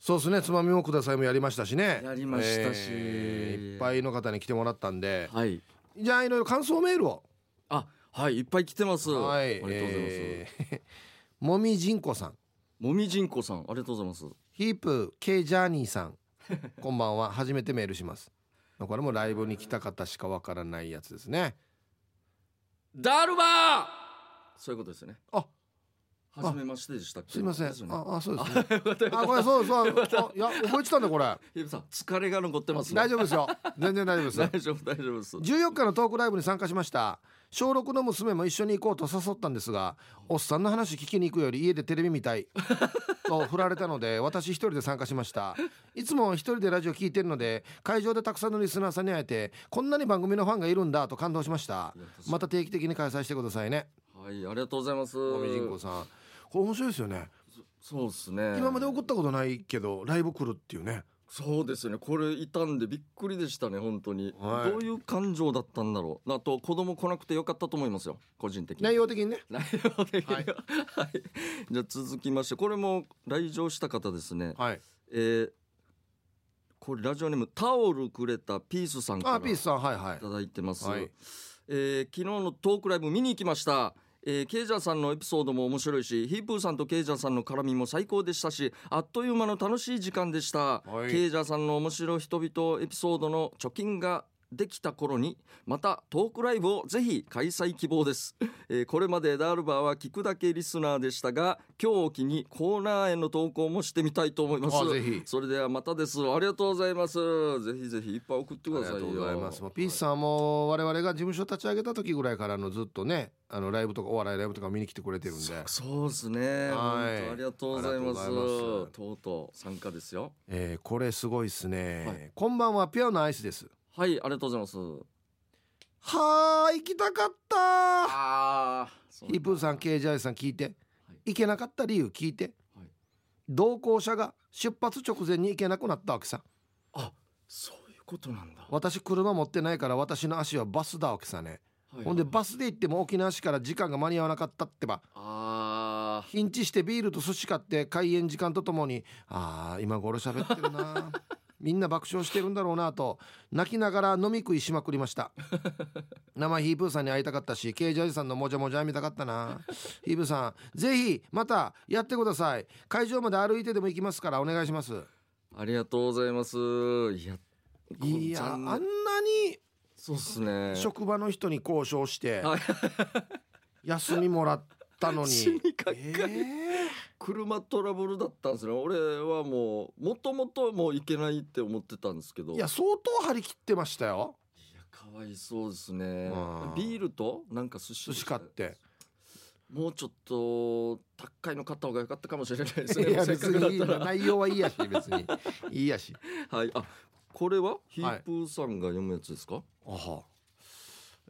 そうですねつまみもくださいもやりましたしね
やりましたし
いっぱいの方に来てもらったんで
はい
じゃあいろいろ感想メールを
あはいいっぱい来てます、
は
あ
い
りがとうございます、
えーもみじんこさん
もみじんこさんありがとうございます
ヒープ K ジャーニーさん こんばんは初めてメールしますこれもライブに来た方しかわからないやつですね
ダルバーそういうことですね
あ
初めましてでしたっけ
すいません
ですよね
ああそうですねあこれそうそうあいや覚えてた んだこれ
ヒブさん疲れが残ってますね
大丈夫ですよ全然大丈夫です
大丈夫大丈夫です
14日のトークライブに参加しました小6の娘も一緒に行こうと誘ったんですがおっさんの話聞きに行くより家でテレビ見たいと振られたので私一人で参加しましたいつも一人でラジオ聞いてるので会場でたくさんのリスナーさんに会えてこんなに番組のファンがいるんだと感動しましたまた定期的に開催してくださいね
はいありがとうございます
もみじんこさんこれ面白いですよね
そうですね
今まで送ったことないけどライブ来るっていうね
そうですねこれいたんでびっくりでしたね本当に、
はい
どういう感情だったんだろうあと子供来なくてよかったと思いますよ個人 的に
内容的にね
内容的 には、はい、じゃあ続きましてこれも来場した方ですね
はい
えーこれラジオネームタオルくれたピースさんから
あピースさんはいはい
いただいてます、
はい
えー昨日のトークライブ見に行きました、えー、ケイジャーさんのエピソードも面白いしヒープーさんとケイジャーさんの絡みも最高でしたしあっという間の楽しい時間でした、
はい
ケイジャーさんの面白い人々エピソードの貯金ができた頃にまたトークライブをぜひ開催希望です、えーこれまでダールバーは聞くだけリスナーでしたが今日を機にコーナーへの投稿もしてみたいと思います
あぜひ
それではまたですありがとうございますぜひぜひいっぱい送ってく
あ
だ
り
さい
が
よ
とうございます。もうピースさんも我々が事務所立ち上げた時ぐらいからのずっとね、あのライブとかお笑いライブとか見に来てくれてるんで、
そうですね、
はい
本当ありがとうございます
ありがとうございます
とうとう参加ですよ
えーこれすごいですね、
はい
こんばんはピアノアイスです。
はいありがとうございます
はー行きたかった
ああ
ヒープーさん、ケージャイさん聞いて、行けなかった理由聞いて、
はい
同行者が出発直前に行けなくなったわけさ。
あそういうことなんだ、
私車持ってないから私の足はバスだわけさね。ほんでバスで行っても沖縄市から時間が間に合わなかったってば
あ
ヒンチしてビールと寿司買って開演時間とともにあー今頃喋って るなみんな爆笑してるんだろうなと泣きながら飲み食いしまくりました生ヒープーさんに会いたかったしケージャージさんのもじゃもじゃ見たかったなヒープーさんぜひまたやってください会場まで歩いてでも行きますからお願いします
あありがとうございますいや
いやあ
残
んなに
そうっすね
職場の人に交渉して
はい
休みもらっ たの
死
に
にかかり
えー
車トラブルだったんですね俺はもうもともともういけないって思ってたんですけど
いや相当張り切ってましたよ
いやかわいそうですね
うん
ビールとなんか寿司
寿司買って
もうちょっと高いの買った方が良かったかもしれないですね
いや
せっ
別
かくだ
にいい
った
な
ら
内容はいいやし別にいいやし
はいあこれはヒープーさんが読むやつですかは
あは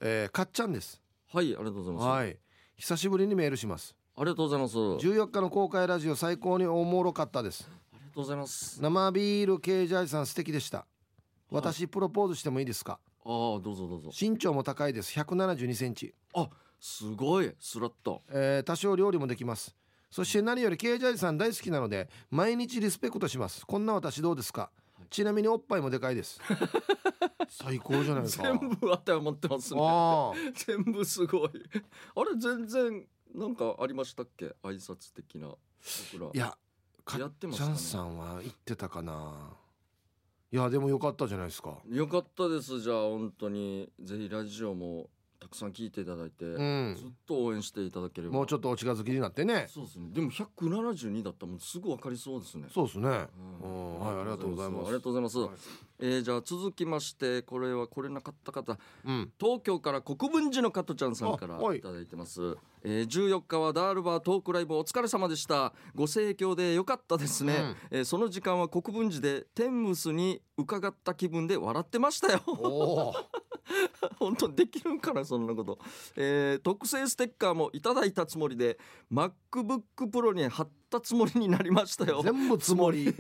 えー、かっちゃんです
い、ありがとうございます、
はい久しぶりにメールします
ありがとうございますありが
14日の公開ラジオ最高におもろかったです
とうございます
生ビール系ジャージさん素敵でした私プロポーズしてもいいですか
ああどうぞどうぞ
身長も高いです1 7 2センチ
あすごいスラッと
えー多少料理もできますそして何よりケージャージさん大好きなので毎日リスペクトしますこんな私どうですかちなみにおっぱいもでかいです 最高じゃないですか
全部当てはまってますね
あ
全部すごいあれ全然なんかありましたっけ挨拶的な僕ら
あいや か
や
っ
ってまし
ち
た
ゃ
ね
んさんは言ってたかないやでもよかったじゃないですか
よかったですじゃあ本当にぜひラジオもたくさん聞いていただいて、
うん
ずっと応援していただければ
もうちょっとお近づきになってね
そうですねでも172だったらもうすぐ分かりそうですね
そうですね
うん
うんはいありがとうございま
あ
す
りがとうございます、えーじゃあ続きましてこれはこれなかった方
うん
東京から国分寺の加トちゃんさんから
あはい
いただいてます、えー、14日はダールバートークライブお疲れ様でしたご盛況で良かったですね、えーその時間は国分寺で天むすに伺った気分で笑ってましたよ
おー
本当にできるんかなそんなこと、えー特製ステッカーもいただいたつもりで MacBookPro に貼ったつもりになりましたよ
全部つもり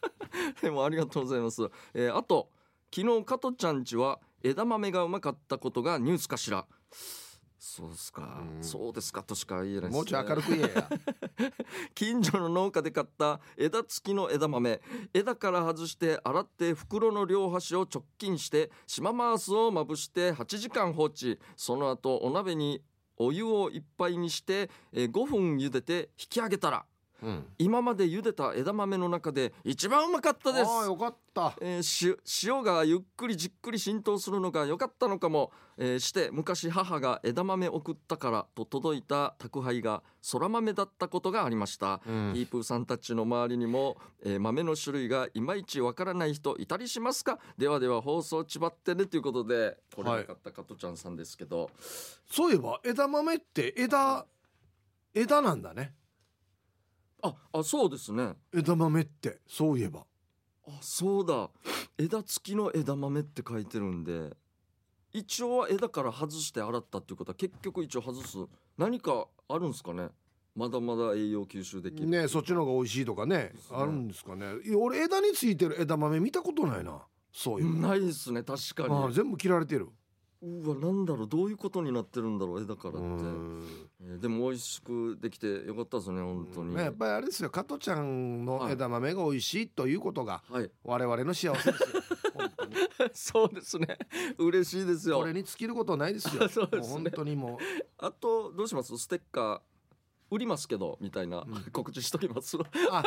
でもありがとうございます。えーあと昨日加トちゃんちは枝豆がうまかったことがニュースかしら。そうですか、
うん
そうですかとしか言えないです、ね。
もうちょい明るく言え や
近所の農家で買った枝付きの枝豆枝から外して洗って袋の両端を直近して島マースをまぶして8時間放置その後お鍋にお湯をいっぱいにして、えー5分茹でて引き上げたら
うん
今まで茹でた枝豆の中で一番うまかったです
ああよかった
えーし塩がゆっくりじっくり浸透するのが良かったのかも、えーして昔母が枝豆送ったからと届いた宅配が空豆だったことがありました、
うん
ヒープーさんたちの周りにも、えー豆の種類がいまいちわからない人いたりしますかではでは放送ちばってねということでこれなかった加トちゃんさんですけど、
そういえば枝豆って枝枝なんだね
ああそうですね
枝豆ってそういえば
あそうだ枝付きの枝豆って書いてるんで一応は枝から外して洗ったっていうことは結局一応外す何かあるんですかねまだまだ栄養吸収できる
ねそっちの方が美味しいとか
そう
ね
ですね
あるんですかねいや俺枝についてる枝豆見たことないなそういう、
ないですね確か
ああ
に
全部切られてる
うわなんだろうどういうことになってるんだろう枝からっ
う
て、
ん
えーでも美味しくできてよかったですね本当に、
ねやっぱりあれですよ加トちゃんの枝豆が美味しいということが
はい
我々の幸 せですよ本当に
そうですね嬉しいです
こ
よ
れに尽きることないです よ
そうですね
もう本当にも
あとどうしますステ ッカー売りますけどみたいな、告知しときます
うあ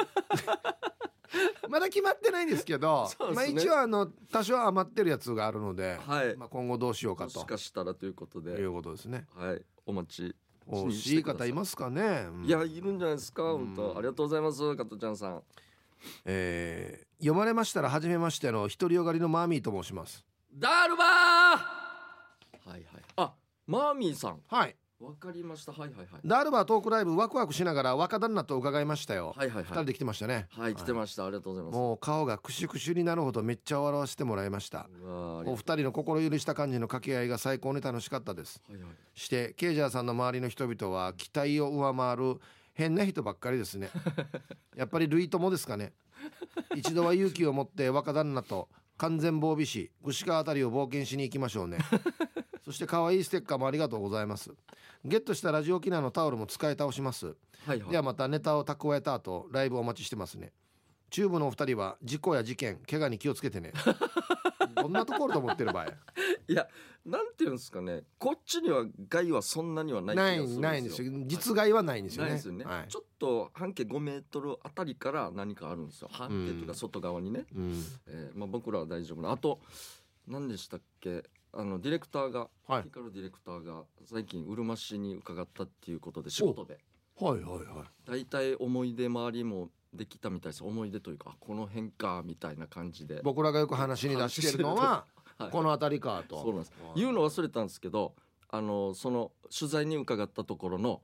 まだ決まってないんですけど
そうです
まあ、
ね
一応あの多少余ってるやつがあるので、
はい
まあ、今後どうしようか
も
と
しかしたらということ
い
で、
うことですね。
はい、お待ち
惜
に
しい
てくださ
方いますかね、うん
いやいるんじゃないですか本
う
当
ん
ありがとうございます加トちゃんさん
えー読まれましたら初めましての独りよがりのマーミーと申します
ダルバーはいはいあマーミーさん
はい
わかりましたはいはいはい
ダールバートークライブワクワクしながら若旦那と伺いましたよ、
はいはい
二
は
人
い
で来てましたね
はい来てましたありがとうございま
もう顔がクシュクシュになるほどめっちゃ笑わせてもらいました
すうわーあり
お
が
二人の心許した感じの掛け合いが最高に楽しかったです
はいはい
してケイジャーさんの周りの人々は期待を上回る変な人ばっかりです ねやっぱり類友ですかね一度は勇気を持って若旦那と完全防備市串川あたりを冒険しに行きましょ うねそして可愛いステッカーもありがとうございますゲットしたラジオ沖縄のタオルも使い倒します
はいはい
ではまたネタを蓄えた後ライブお待ちしてますねチューブのお二人は事故や事件怪我に気をつけ てねどんなところと思ってる場合
いやなんていうんですかねこっちには害はそんなにはない気が
ないないんですよ実害はないんですよ
ない
ね
ですよね、
はい
ちょっと半径5メートルあたりから何かあるんですよ半径というか外側にね、
うん
えーまあ、僕らは大丈夫なあと何でしたっけあのディレクターが、
はい
ヒカルディレクターが最近うるま市に伺ったっていうことで仕事で
はいはいはい
大体思い出周りもできたみたいです思い出というかあこの辺かみたいな感じで、
僕らがよく話に出してるのは
はい
この辺りか
そうなん
と
です言うの忘れたんですけどあのその取材に伺ったところの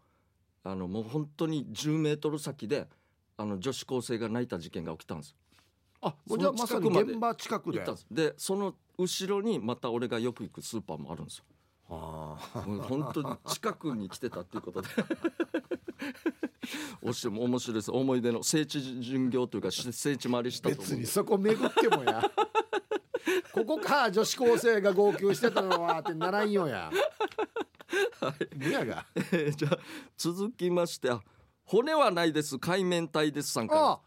あのもう本当に10メートル先であの女子高生が泣いた事件が起きたんですよ
あもうじゃあまさ
その近く
に
まで
現場近く
行
で
ったんですでその後ろにまた俺がよく行くスーパーもあるんですよ
あー
もう本当に近くに来てたっていうことで おし面白いです思い出の聖地巡業というかし聖地回りしたと思
別
うん
に
で
そこ巡っても やここか女子高生が号泣してたのはってならんよ や
むやが
じゃあ続きましてあ骨はないです海綿体ですさんから
あ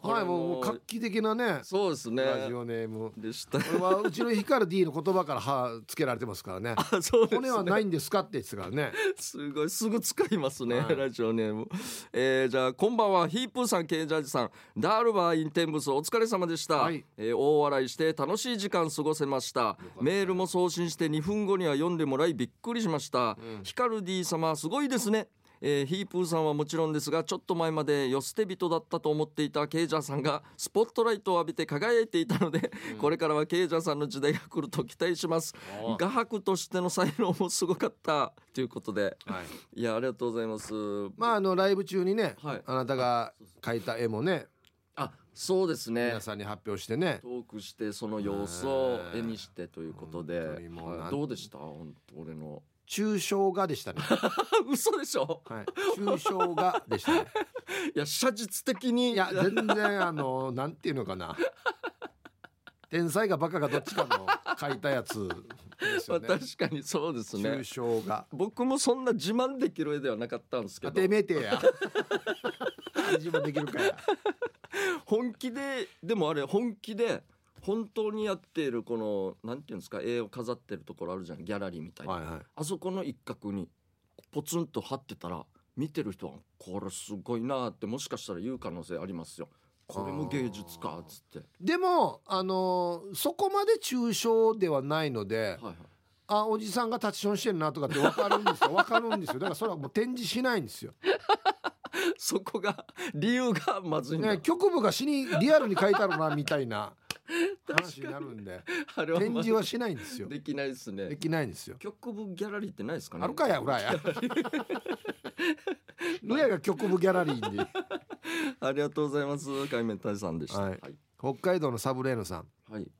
こ
は
れ
いもう画期的なね
そうですね
ラジオネーム
でした
これはうちのヒカル D の言葉からはつけられてますからね
あそうです
骨はないんですかって言ってたからね
すごいすぐ使いますね、
はい
ラジオネーム、えーじゃあこんばんはヒープーさんケイジャージさんダールバーインテンブスお疲れ様でした、
はい
えー大笑いして楽しい時間過ごせましたメールも送信して2分後には読んでもらいびっくりしました、ヒカル D 様すごいですねえーヒープーさんはもちろんですがちょっと前まで寄捨て人だったと思っていたケイジャーさんがスポットライトを浴びて輝いていたので、これからはケイジャーさんの時代が来ると期待します画伯としての才能もすごかったということで、い、やありがとうございます
まああのライブ中にね
はい
あなたが描いた絵もね
あそうですね
皆さんに発表してね
トークしてその様子を絵にしてということで、
本当にもうなん
はいどうでした本当俺 の
抽象画でしたね
あ嘘でしょ
はい、抽象画 でした、ね。
いや写実的に
いや、全然、あの、なんていうのかな。天才かバカかどっちかの書いたやつです
ま
よ
あ、
ね。
確かにそうですね
抽象画。
僕もそんな自慢できる絵ではなかったんですけ
当
ど
てめえてや。漢字もできるから。
本気ででもあれ本気で本当にやっているこのなんていうんですか絵を飾ってるところあるじゃんギャラリーみたいな、
はいはい。
あそこの一角にポツンと張ってたら見てる人はこれすごいなってもしかしたら言う可能性ありますよこれも芸術かっつって
でも、あの、そこまで抽象ではないので。
はいはい
あ、おじさんが立ちションしてるなとかってわかるんですよ。わかるんですよ。だから、それはもう展示しないんですよ。
そこが理由がまずいんだ、
ね、局部が死に、リアルに書いたろなみたいな。話になるんで。
あれは
展
ま
示はしないんですよ。
できないです
で
ね
きないんですよ。
局部ギャラリーってないですかね
あるかや、ほらや。ルヤが局部ギャラリーに。
ありがとうございます海面大さんでした
は
はいい、はい
北海道のサブレーヌさん。
あり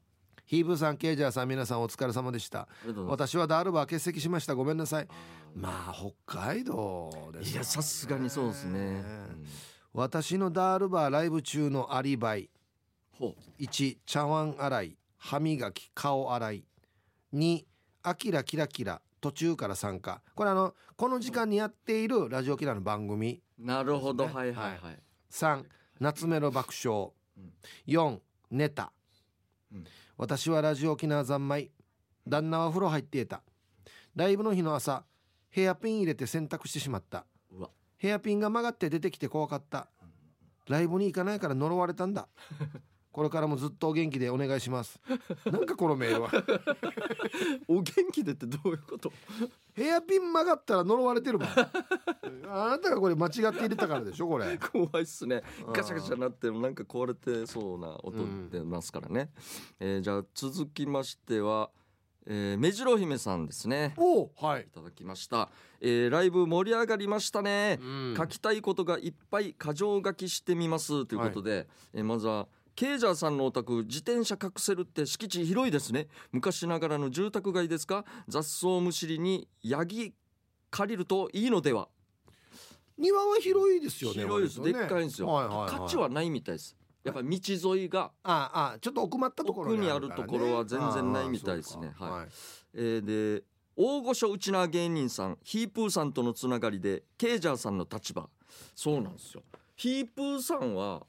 ヒーブーさん、ケイジャーさん、皆さんお疲れ様でした。
がとうござい
私はダールバー欠席しました。ごめんなさい。まあ、北海道で
ます
す
いやさすがにそうですね、うん
私のダールバーライブ中のアリバイ。
ほ
1、茶碗洗い、歯磨き、顔洗い。2、アキラキラキラ、途中から参加。これあの、この時間にやっているラジオキラーの番組。
うなるほど、
ですね
はいはいはい、
三、夏目の爆笑
うん。
四、ネタ
うん。
私はラジオ沖縄三昧。旦那は風呂入っていた。ライブの日の朝、ヘアピン入れて洗濯してしまった。
うわ
ヘアピンが曲がって出てきて怖かった。ライブに行かないから呪われたん だこれからもずっとお元気でお願いしますなんかこのメー ルは
お元気でってどういうこと
ヘアピン曲がったら呪われ てるもんあなたがこれ間違って入れたからでしょこれ
怖いっすねガシャガシャなってもなんか壊れてそうな音出ますからね、えーじゃあ続きましては、えー目白姫さんですね
おおはい
いただきました、えーライブ盛り上がりましたね、
ん
書きたいことがいっぱい箇条書きしてみますということで、えーまずはケイジャーさんのお宅自転車カクセルって敷地広いですね昔ながらの住宅街ですか雑草むしりにヤギ借りるといいのでは
庭は広いですよね
広いです、
割
で
とね
っかいんですよ、
はいはいはい、
価値はないみたいですやっぱ道沿いが、
ああああちょっと奥まったところからね
奥にあるところは全然ないみたいですね
ああ
はいえーで大御所ウチナー芸人さんヒープーさんとのつながりでケイジャーさんの立場そうなんですよヒープーさんは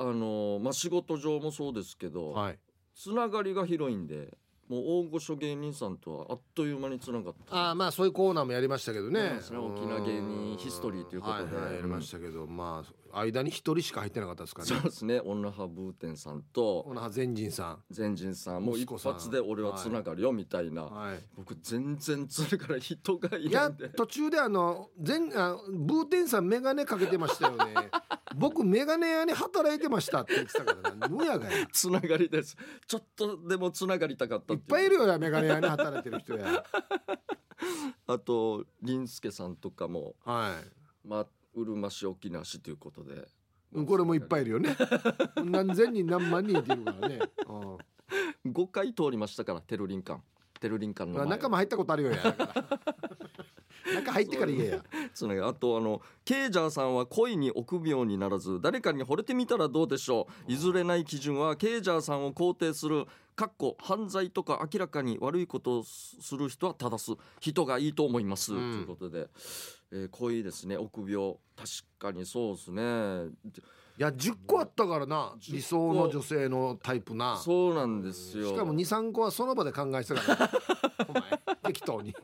あのーまあ仕事上もそうですけど、
そうかはい、
つながりが広いんでもう大御所芸人さんとはあっという間につながった
ああまあそういうコーナーもやりましたけど
やり
ね
ましたね沖縄芸人ヒストリーということで
ははやりましたけど、まあ間に一人しか入ってなかったですから
そう
ね
ですね女派ブーテンさんと
小那覇善人さ
全人さんもう
息
一
子さん
発で俺はつながるよみたいな、
ん、はい、
僕全然それから人がい
い
ない
や
んで
途中であの全あブーテンさんメガネかけてましたよね 僕メガネ屋に働いてましたって言ってたからな無や がやいっ
つながりですちょっとでもつながりたかったっていう
ぱいいるよやメガネ屋に働いてる人や
あと林助さんとかも、
はい
まあ、うるま市沖縄市ということで
これもいっぱいいるよね 何千人何万人いてるからね、 うん
5回通りましたからテルリン館テルリン館の
まあ
前
中も入ったことあるよやだ から中入ってから言えや
つながりあとあのケイジャーさんは恋に臆病にならず誰かに惚れてみたらどうでしょう譲れない基準はケイジャーさんを肯定するかっこ犯罪とか明らかに悪いことをする人は正す人がいいと思います、
うん
ということで、えー恋ですね臆病確かにそうですね
いや10個あったからな
10個
理想の女性のタイプなし
そうなんですよ
かも23個はその場で考えてたから なお前適当に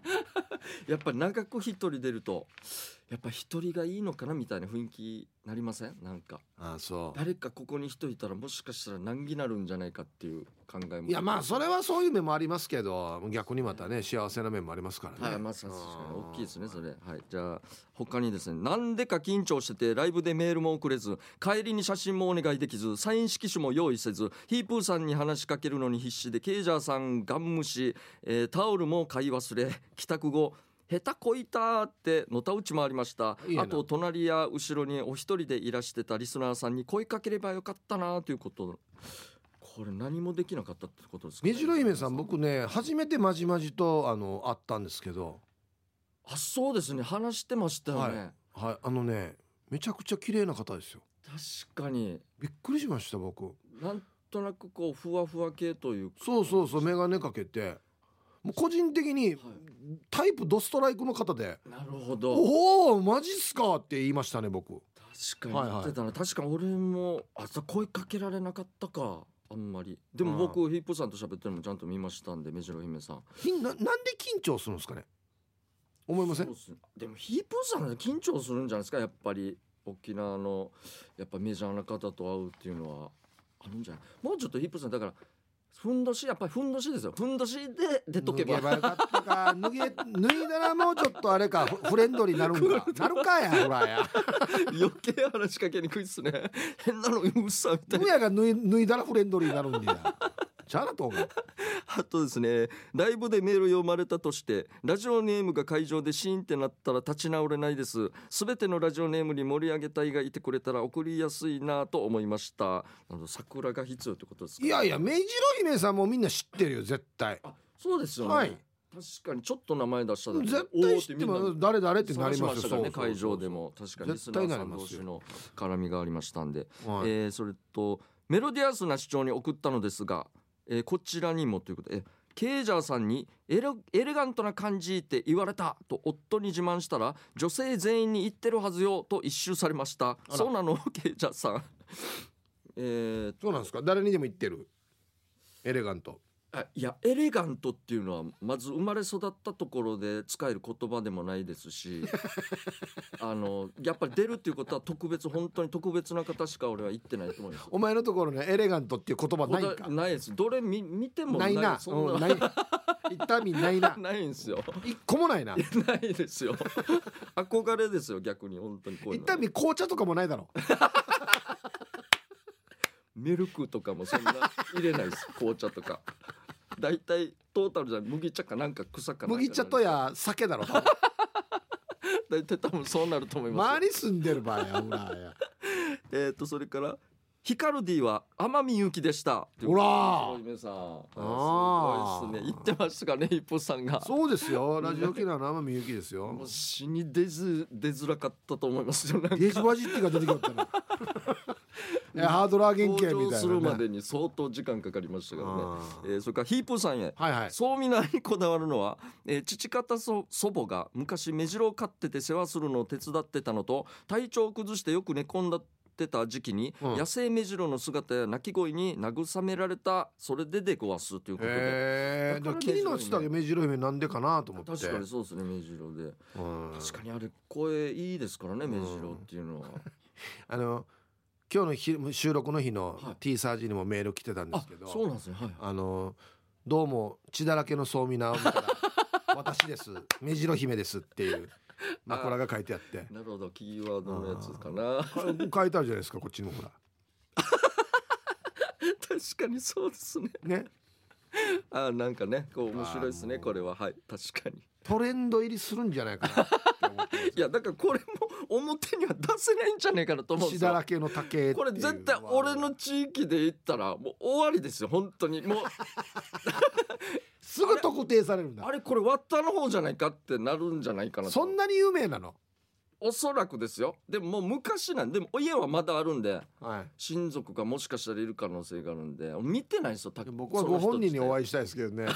やっぱ長く一人出るとやっぱ一人がいいのかなみたいな雰囲気になりませんなんか
あそ
誰かここに人いたらもしかしたら難儀なるんじゃないかっていう考えも
いやまあそれはそういう面もありますけど逆にまたね幸せな面もありますからね、
はい、まあ、確かに
うん
大きいですね、それ。はい、じゃあ、他にですね、なんでか緊張してて、ライブでメールも送れず、帰りに写真もお願いできず、サイン色紙も用意せず、ヒープーさんに話しかけるのに必死で、ケイジャーさん、ガン無視、えータオルも買い忘れ、帰宅後、下手こいたーってのたうち回りました
いいな
あと隣や後ろにお一人でいらしてたリスナーさんに声かければよかったなーということこれ何もできなかったってことですかね、
目白姫さん僕ね初めてまじまじとあの会ったんですけど
あそうですね話してましたよね、
ははいあのねめちゃくちゃ綺麗な方ですよ
確かに
びっくりしました僕
なんとなくこうふわふわ系というか
そうそうそう眼鏡かけてもう個人的にタイプドストライクの方で
なるほ
「
ど
おおマジっすか!」って言いましたね僕
確かに言ってたな、確かに俺もあそう声かけられなかったかあんまりでも僕、ヒップさんと喋ってるのもちゃんと見ましたんで目白姫さん
ひななんで緊張するんですかね思いません
そうっすねでもヒップさんは緊張するんじゃないですかやっぱり沖縄のやっぱメジャーな方と会うっていうのはあるんじゃないもうちょっとヒップさんだからふんどしやっぱりふんどしですよふんどしで出とけば
脱よかったか脱げ脱いだらもうちょっとあれかフフレンドリーになるんか なるかやほらや
余計話しかけにくいっすね変なのうっさみたいな
脱やが脱い脱いだらフレンドリーになるんでやじゃあなと思う
あとですねライブでメール読まれたとしてラジオネームが会場でシーンってなったら立ち直れないです全てのラジオネームに盛り上げ隊がいてくれたら送りやすいなと思いましたあの桜が必要ってことですか
いやいや目白姫さんもみんな知ってるよ絶対
あそうですよね、
はい
確かにちょっと名前出しただけで
絶
お
対
ー
知って
みんな
も誰誰ってな
探
り
し
ま
ますし
よ
たからね
そうそうそう
会場でも確かにリス
絶
ナ
対
ー
な
さ
り
ん
ま
同
すよ
士の絡みがありましたんで
はい
えーそれとメロディアスな主張に送ったのですが、えーこちらにもということでえケイジャーさんにエレエレガントな感じって言われたと夫に自慢したら女性全員に言ってるはずよと一周されました
ら
そうなの ケイジャーさんえー
そうなんですか誰にでも言ってるエレガント
あいやエレガントっていうのはまず生まれ育ったところで使える言葉でもないですし あのやっぱり出るっていうことは特別本当に特別な方しか俺は言ってないと思います。
お前のところねエレガントっていう言葉ないんか
答えないですどれ見見ても
ないな
そん
うん
な
ない痛みない な
ないんですよ
一個もないな
ないですよ 憧れですよ逆に本当にこういうの
痛み紅茶とかもないだろ
ミルクとかもそ んな入れないです紅茶とか大体トータルじゃ麦茶かなんか草かなんか
麦茶とや 酒だろ多分
大体多分そうなると思いますよ
周り住んでる場合やほらや
えっ、とそれからヒカルディは天海祐希でした。
ほら
すごい皆さん。
あー
すごいですね。言ってましたかね、一歩さんが。
そうですよラジオキラーの天海祐希ですよ
もう死に出ず出づらかったと思いますよ。なんか
ゲージバジッティが出てきよったな えハードラー原
登
型み
場
たい
するま
なね
でに相当時間かかりましたからね
あ。
えーそれからヒープーさんへ。
はいはい
そうみなにこだわるのは、えー父方祖祖母が昔目白を飼ってて世話するのを手伝ってたのと体調を崩してよく寝込んだってた時期に、
うん
野生目白の姿や鳴き声に慰められたそれででごわすということで
へえ
だから
気になってたけど目白姫なんでかなと思って
確かにそうですね目白で
うん
確かにあれ声いいですからね目白っていうの は、
あの今日のひ収録の日の
はい
T サージにもメール来てたんで
あ
すけど、
そうなんですねはい
あのどうも血だらけのそうみなみたいな私 です目白姫ですっていう枕が書いてあ って
なるほどキーワードのやつかな
か書いてあるじゃないですかこっちのほら
確かにそうですね
ね
あなんかねこう面白いですねこれははい確かに
トレンド入りするんじゃないかなって思ってます
いやだからこれも表には出せないんじゃないかなと思うんで
血
す
だ
よ
らけの竹っていう
これ絶対俺の地域で言ったらもう終わりですよ本当に もう
すぐ特定されるんだ
あれこれ割ったの方じゃないかってなるんじゃないかなと
そんなに有名なの
おそらくですよでももう昔なんでも家はまだあるんで
はい
親族がもしかしたらいる可能性があるんで見てないですよた
僕はご本人にお
い
会いしたいですけどね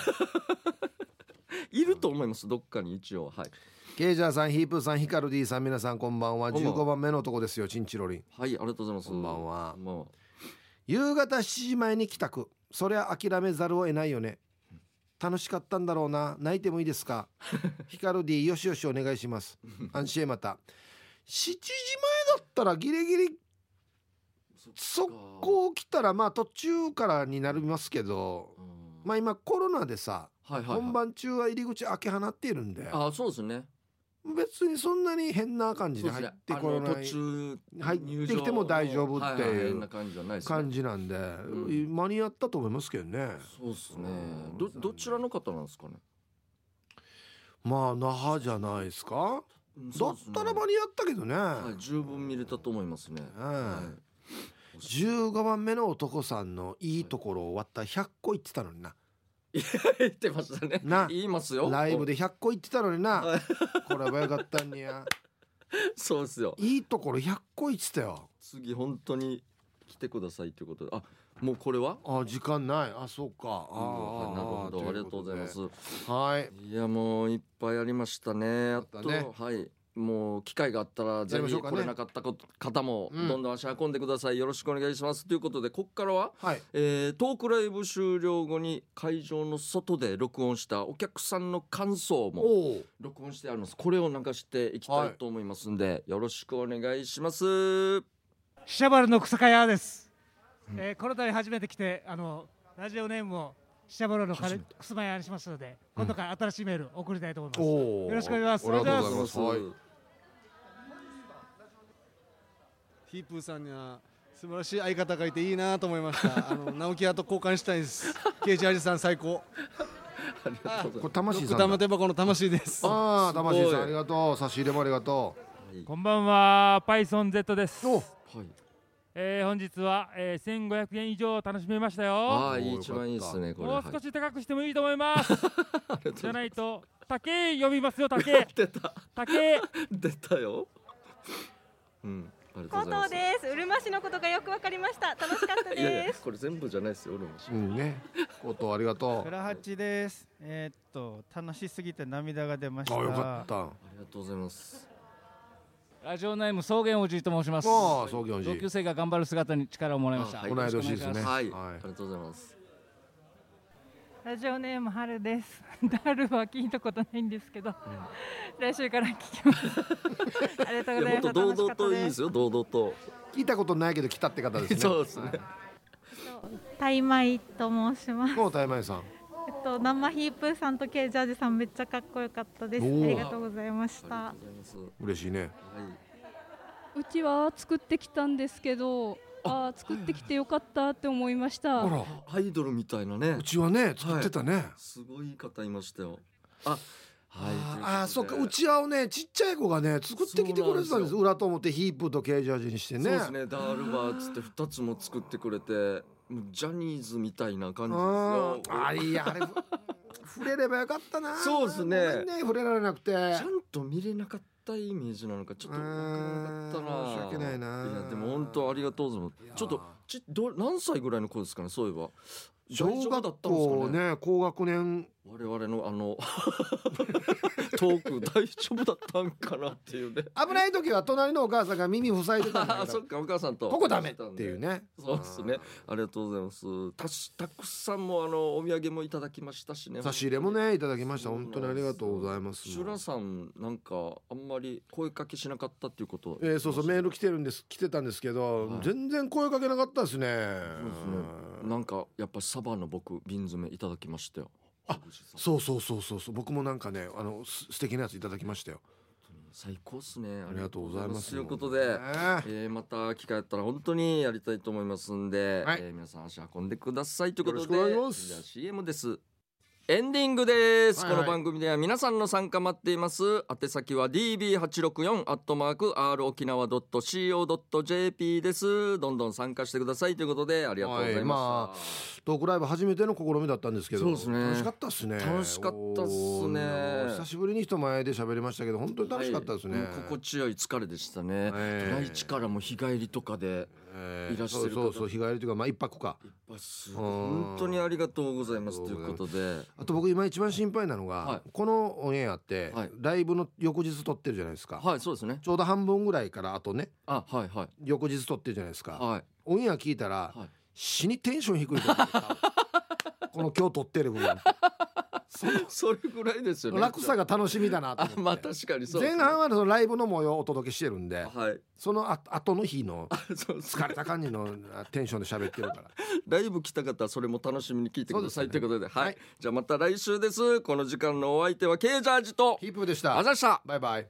いると思いますどっかに一応はい
ケイジャーさんヒープーさんヒカルディさん皆さんこんばんは
こんばんは
15番目の男ですよチンチロリン
はいありがとうございます
こんばんは
こんばんは
夕方7時前に帰宅そりゃ諦めざるを得ないよね楽しかったんだろうな泣いてもいいで すかヒカルディよしよしお願いします安心へまた7時前だったらギリギリ
そっ
速
か
攻来たらまあ途中からになりますけど
うん
まあ今コロナでさ
はいはい、はい、
本番中は入り口開け放っているんで
あそうですね
別にそんなに変な感じ
そう
で
です
入
ね
ってこれ
あの
な
途
い
中
入ってきても大丈夫って
はいはい
い
変な
う
感じじゃないですね
感じなんで
ん
間に合ったと思いますけどね。
そうですねどどちらの方なんですかね
まあ那覇じゃないですか。だったら間に合ったけどね。
はい、十分見れたと思いますね、
うん
はい
15番目の男さんのいいところを割った100個言ってたのにな。
言ってましたね
な
言いますよ
ライブで100個言ってたのに
は。
ないこれはよかったんや。
そうですよ
いいところ100個言ってたよ。
次本当に来てくださいということであもうこれは
あ、時間ない。あ、そうか。
はいなるほ
あ
どありがとうございま。す
ということではい。
いやもういっぱいありましたねあ
あっ
と
たね
はいもう機会があったら
や
ぜ
りまし
ひ
ょうかね
来れなかったこと方も
うん
どんどん足運んでください、よろしくお願いしますということでここからは、
はい。
えートークライブ終了後に会場の外で録音したお客さんの感想
お
も
お。
録音してあるんですこれを流していきたいと思いますんで、よろしくお願いします
シャバルの草加屋です、えーコロナに初めて来てあのラジオネームをシャバルの
初
彼
めて
くすまやにしますので今度から新しいメール送りたいと思います、
おお。
よろしくお願いします
ありがとうございます。
は
はいい。
ヒープーさんには素晴らしい相方がいていいなと思いました。あの直樹屋と交換したいです。ケージアジさん最高。
ありがとうござい
こ
ま
れ魂さん
玉
だ。
手箱の魂です。
ああ、
すごい
魂さんありがとう。差し入れもありがとう。
こんばんは、パイソン Z です。
すはい
えー本日は、えー1500円以上楽しめましたよ。
ああ
おー
いい一番いいですねこれ
もう少し高くしてもいいと思 います。じゃないと、竹呼びますよ、竹。
出た
竹。
出たようんありがと
コ
うございま
ト
す
です。うるま市のことがよくわかりました。楽しかったです。
いやいやこれ全部じゃないですよ俺も
うんね。ことありがとう。
倉八です。えーっと楽しすぎて涙が出ました。
あ、よかった。
ありがとうございます
ラジオネーム草原おじいと申します。
もう創業
同級
時。
生が頑張る姿に力をもらいました。
あはい
同い年ですね。
はい、
は
ありがとうございます
ラジオネームはるです。ダルは聞いたことないんですけど、来週から聞きます。 ありがとうござい
も
ま
っ
す。
と堂々といい
楽
で
し
すよ堂々と
聞いたことないけど来たって方ですね
そうですね
かったですタイマイと申します。
もう大前さん
えっと生ヒープーさんとケイジャージさんめっちゃかっこよかったです。あ
おー
りがとうございました。
嬉しいね
うちは作ってきたんですけど、あー作ってきてよかったって思いました。
あらアイドルみたいなねう
ちはね作ってたね
すごい方いましたよあはい
ああそっかうちわをねちっちゃい子がね作ってきてくれてたんです裏と表ヒープとケージャージにして
そう
ね
ですねダールバーっつって2つも作ってくれてもうジャニーズみたいな感じ
あ
ですよ
ーあいやあれ触れればよかったな
そうですね
ごめんね触れられなくて
ちゃんと見れなかったイメージなのかちょっと分からなかったな
申し訳ないない
やでも本当ありがとうございますちょっとちど何歳ぐらいの子ですかねそういえば大
小
丈夫だ
学
ったんですか
校
ね
ね高学年
我々のあの トーク大丈夫だったんかなっていうね
危ない時は隣のお母さんが耳塞いでたんだ
あ
け
そっ
ど
かお母さんと
ここダメっていうね
そうですねありがとうございますたしたくさんもあのお土産もいただきましたしね
差し入れもねいただきました本当にありがとうございます
シュラさんなんかあんまり声かけしなかったっていうこと
えー、そうそうメール来てるんです来てたんですけど、全然声かけなかったですね
なんかやっぱサバの僕瓶詰めいただきましたよ
そうそうそうそうそう僕もなんかねあのす素敵なやついただきましたよ
最高っすね
ありがとうございます
ということで、えーまた機会あったら本当にやりたいと思いますんで、えー皆さん足運んでくださいということで
よろしくお願いします
じゃあ CM ですエンディングです、
はいは
こ
い
の番組では皆さんの参加待っています宛先は db864 アットマーク r 沖縄 .co.jp ですどんどん参加してくださいということでありがとうございま
は
す、
いまあトークライブ初めての試みだったんですけど
そうですね
楽しかったですね
楽しかったっすね
おー久しぶりに人前で喋りましたけど本当に楽しかったですね、
はいうん心地よい疲れでしたね、
ええ
来地からも日帰りとかで
えー
いらっしゃる方、
そうそうそう日帰りというかまあ一泊か
本当にありがとうございますということで
あと僕今一番心配なのが、このオンエアって、ライブの翌日撮ってるじゃないですか
はいそうですね
ちょうど半分ぐらいからあとね
あはいはい
翌日撮ってるじゃないですか、
はい、
オンエア聞いたら、死にテンション低いと思 うこの今日撮ってる部分
それぐらいですよね
落差が楽しみだなと
あ
思っ て
まあ確かにそうです
前
ね
半はそのライブの模様をお届けしてるんで、
はい
そのあ後の日の
そう
疲れた感じのあテンションで喋ってるから
ライブ来た方はそれも楽しみに聞いてください、ということではい、じゃあまた来週ですこの時間のお相手は K ジャージと
ヒープーでした
あざした
バイバイ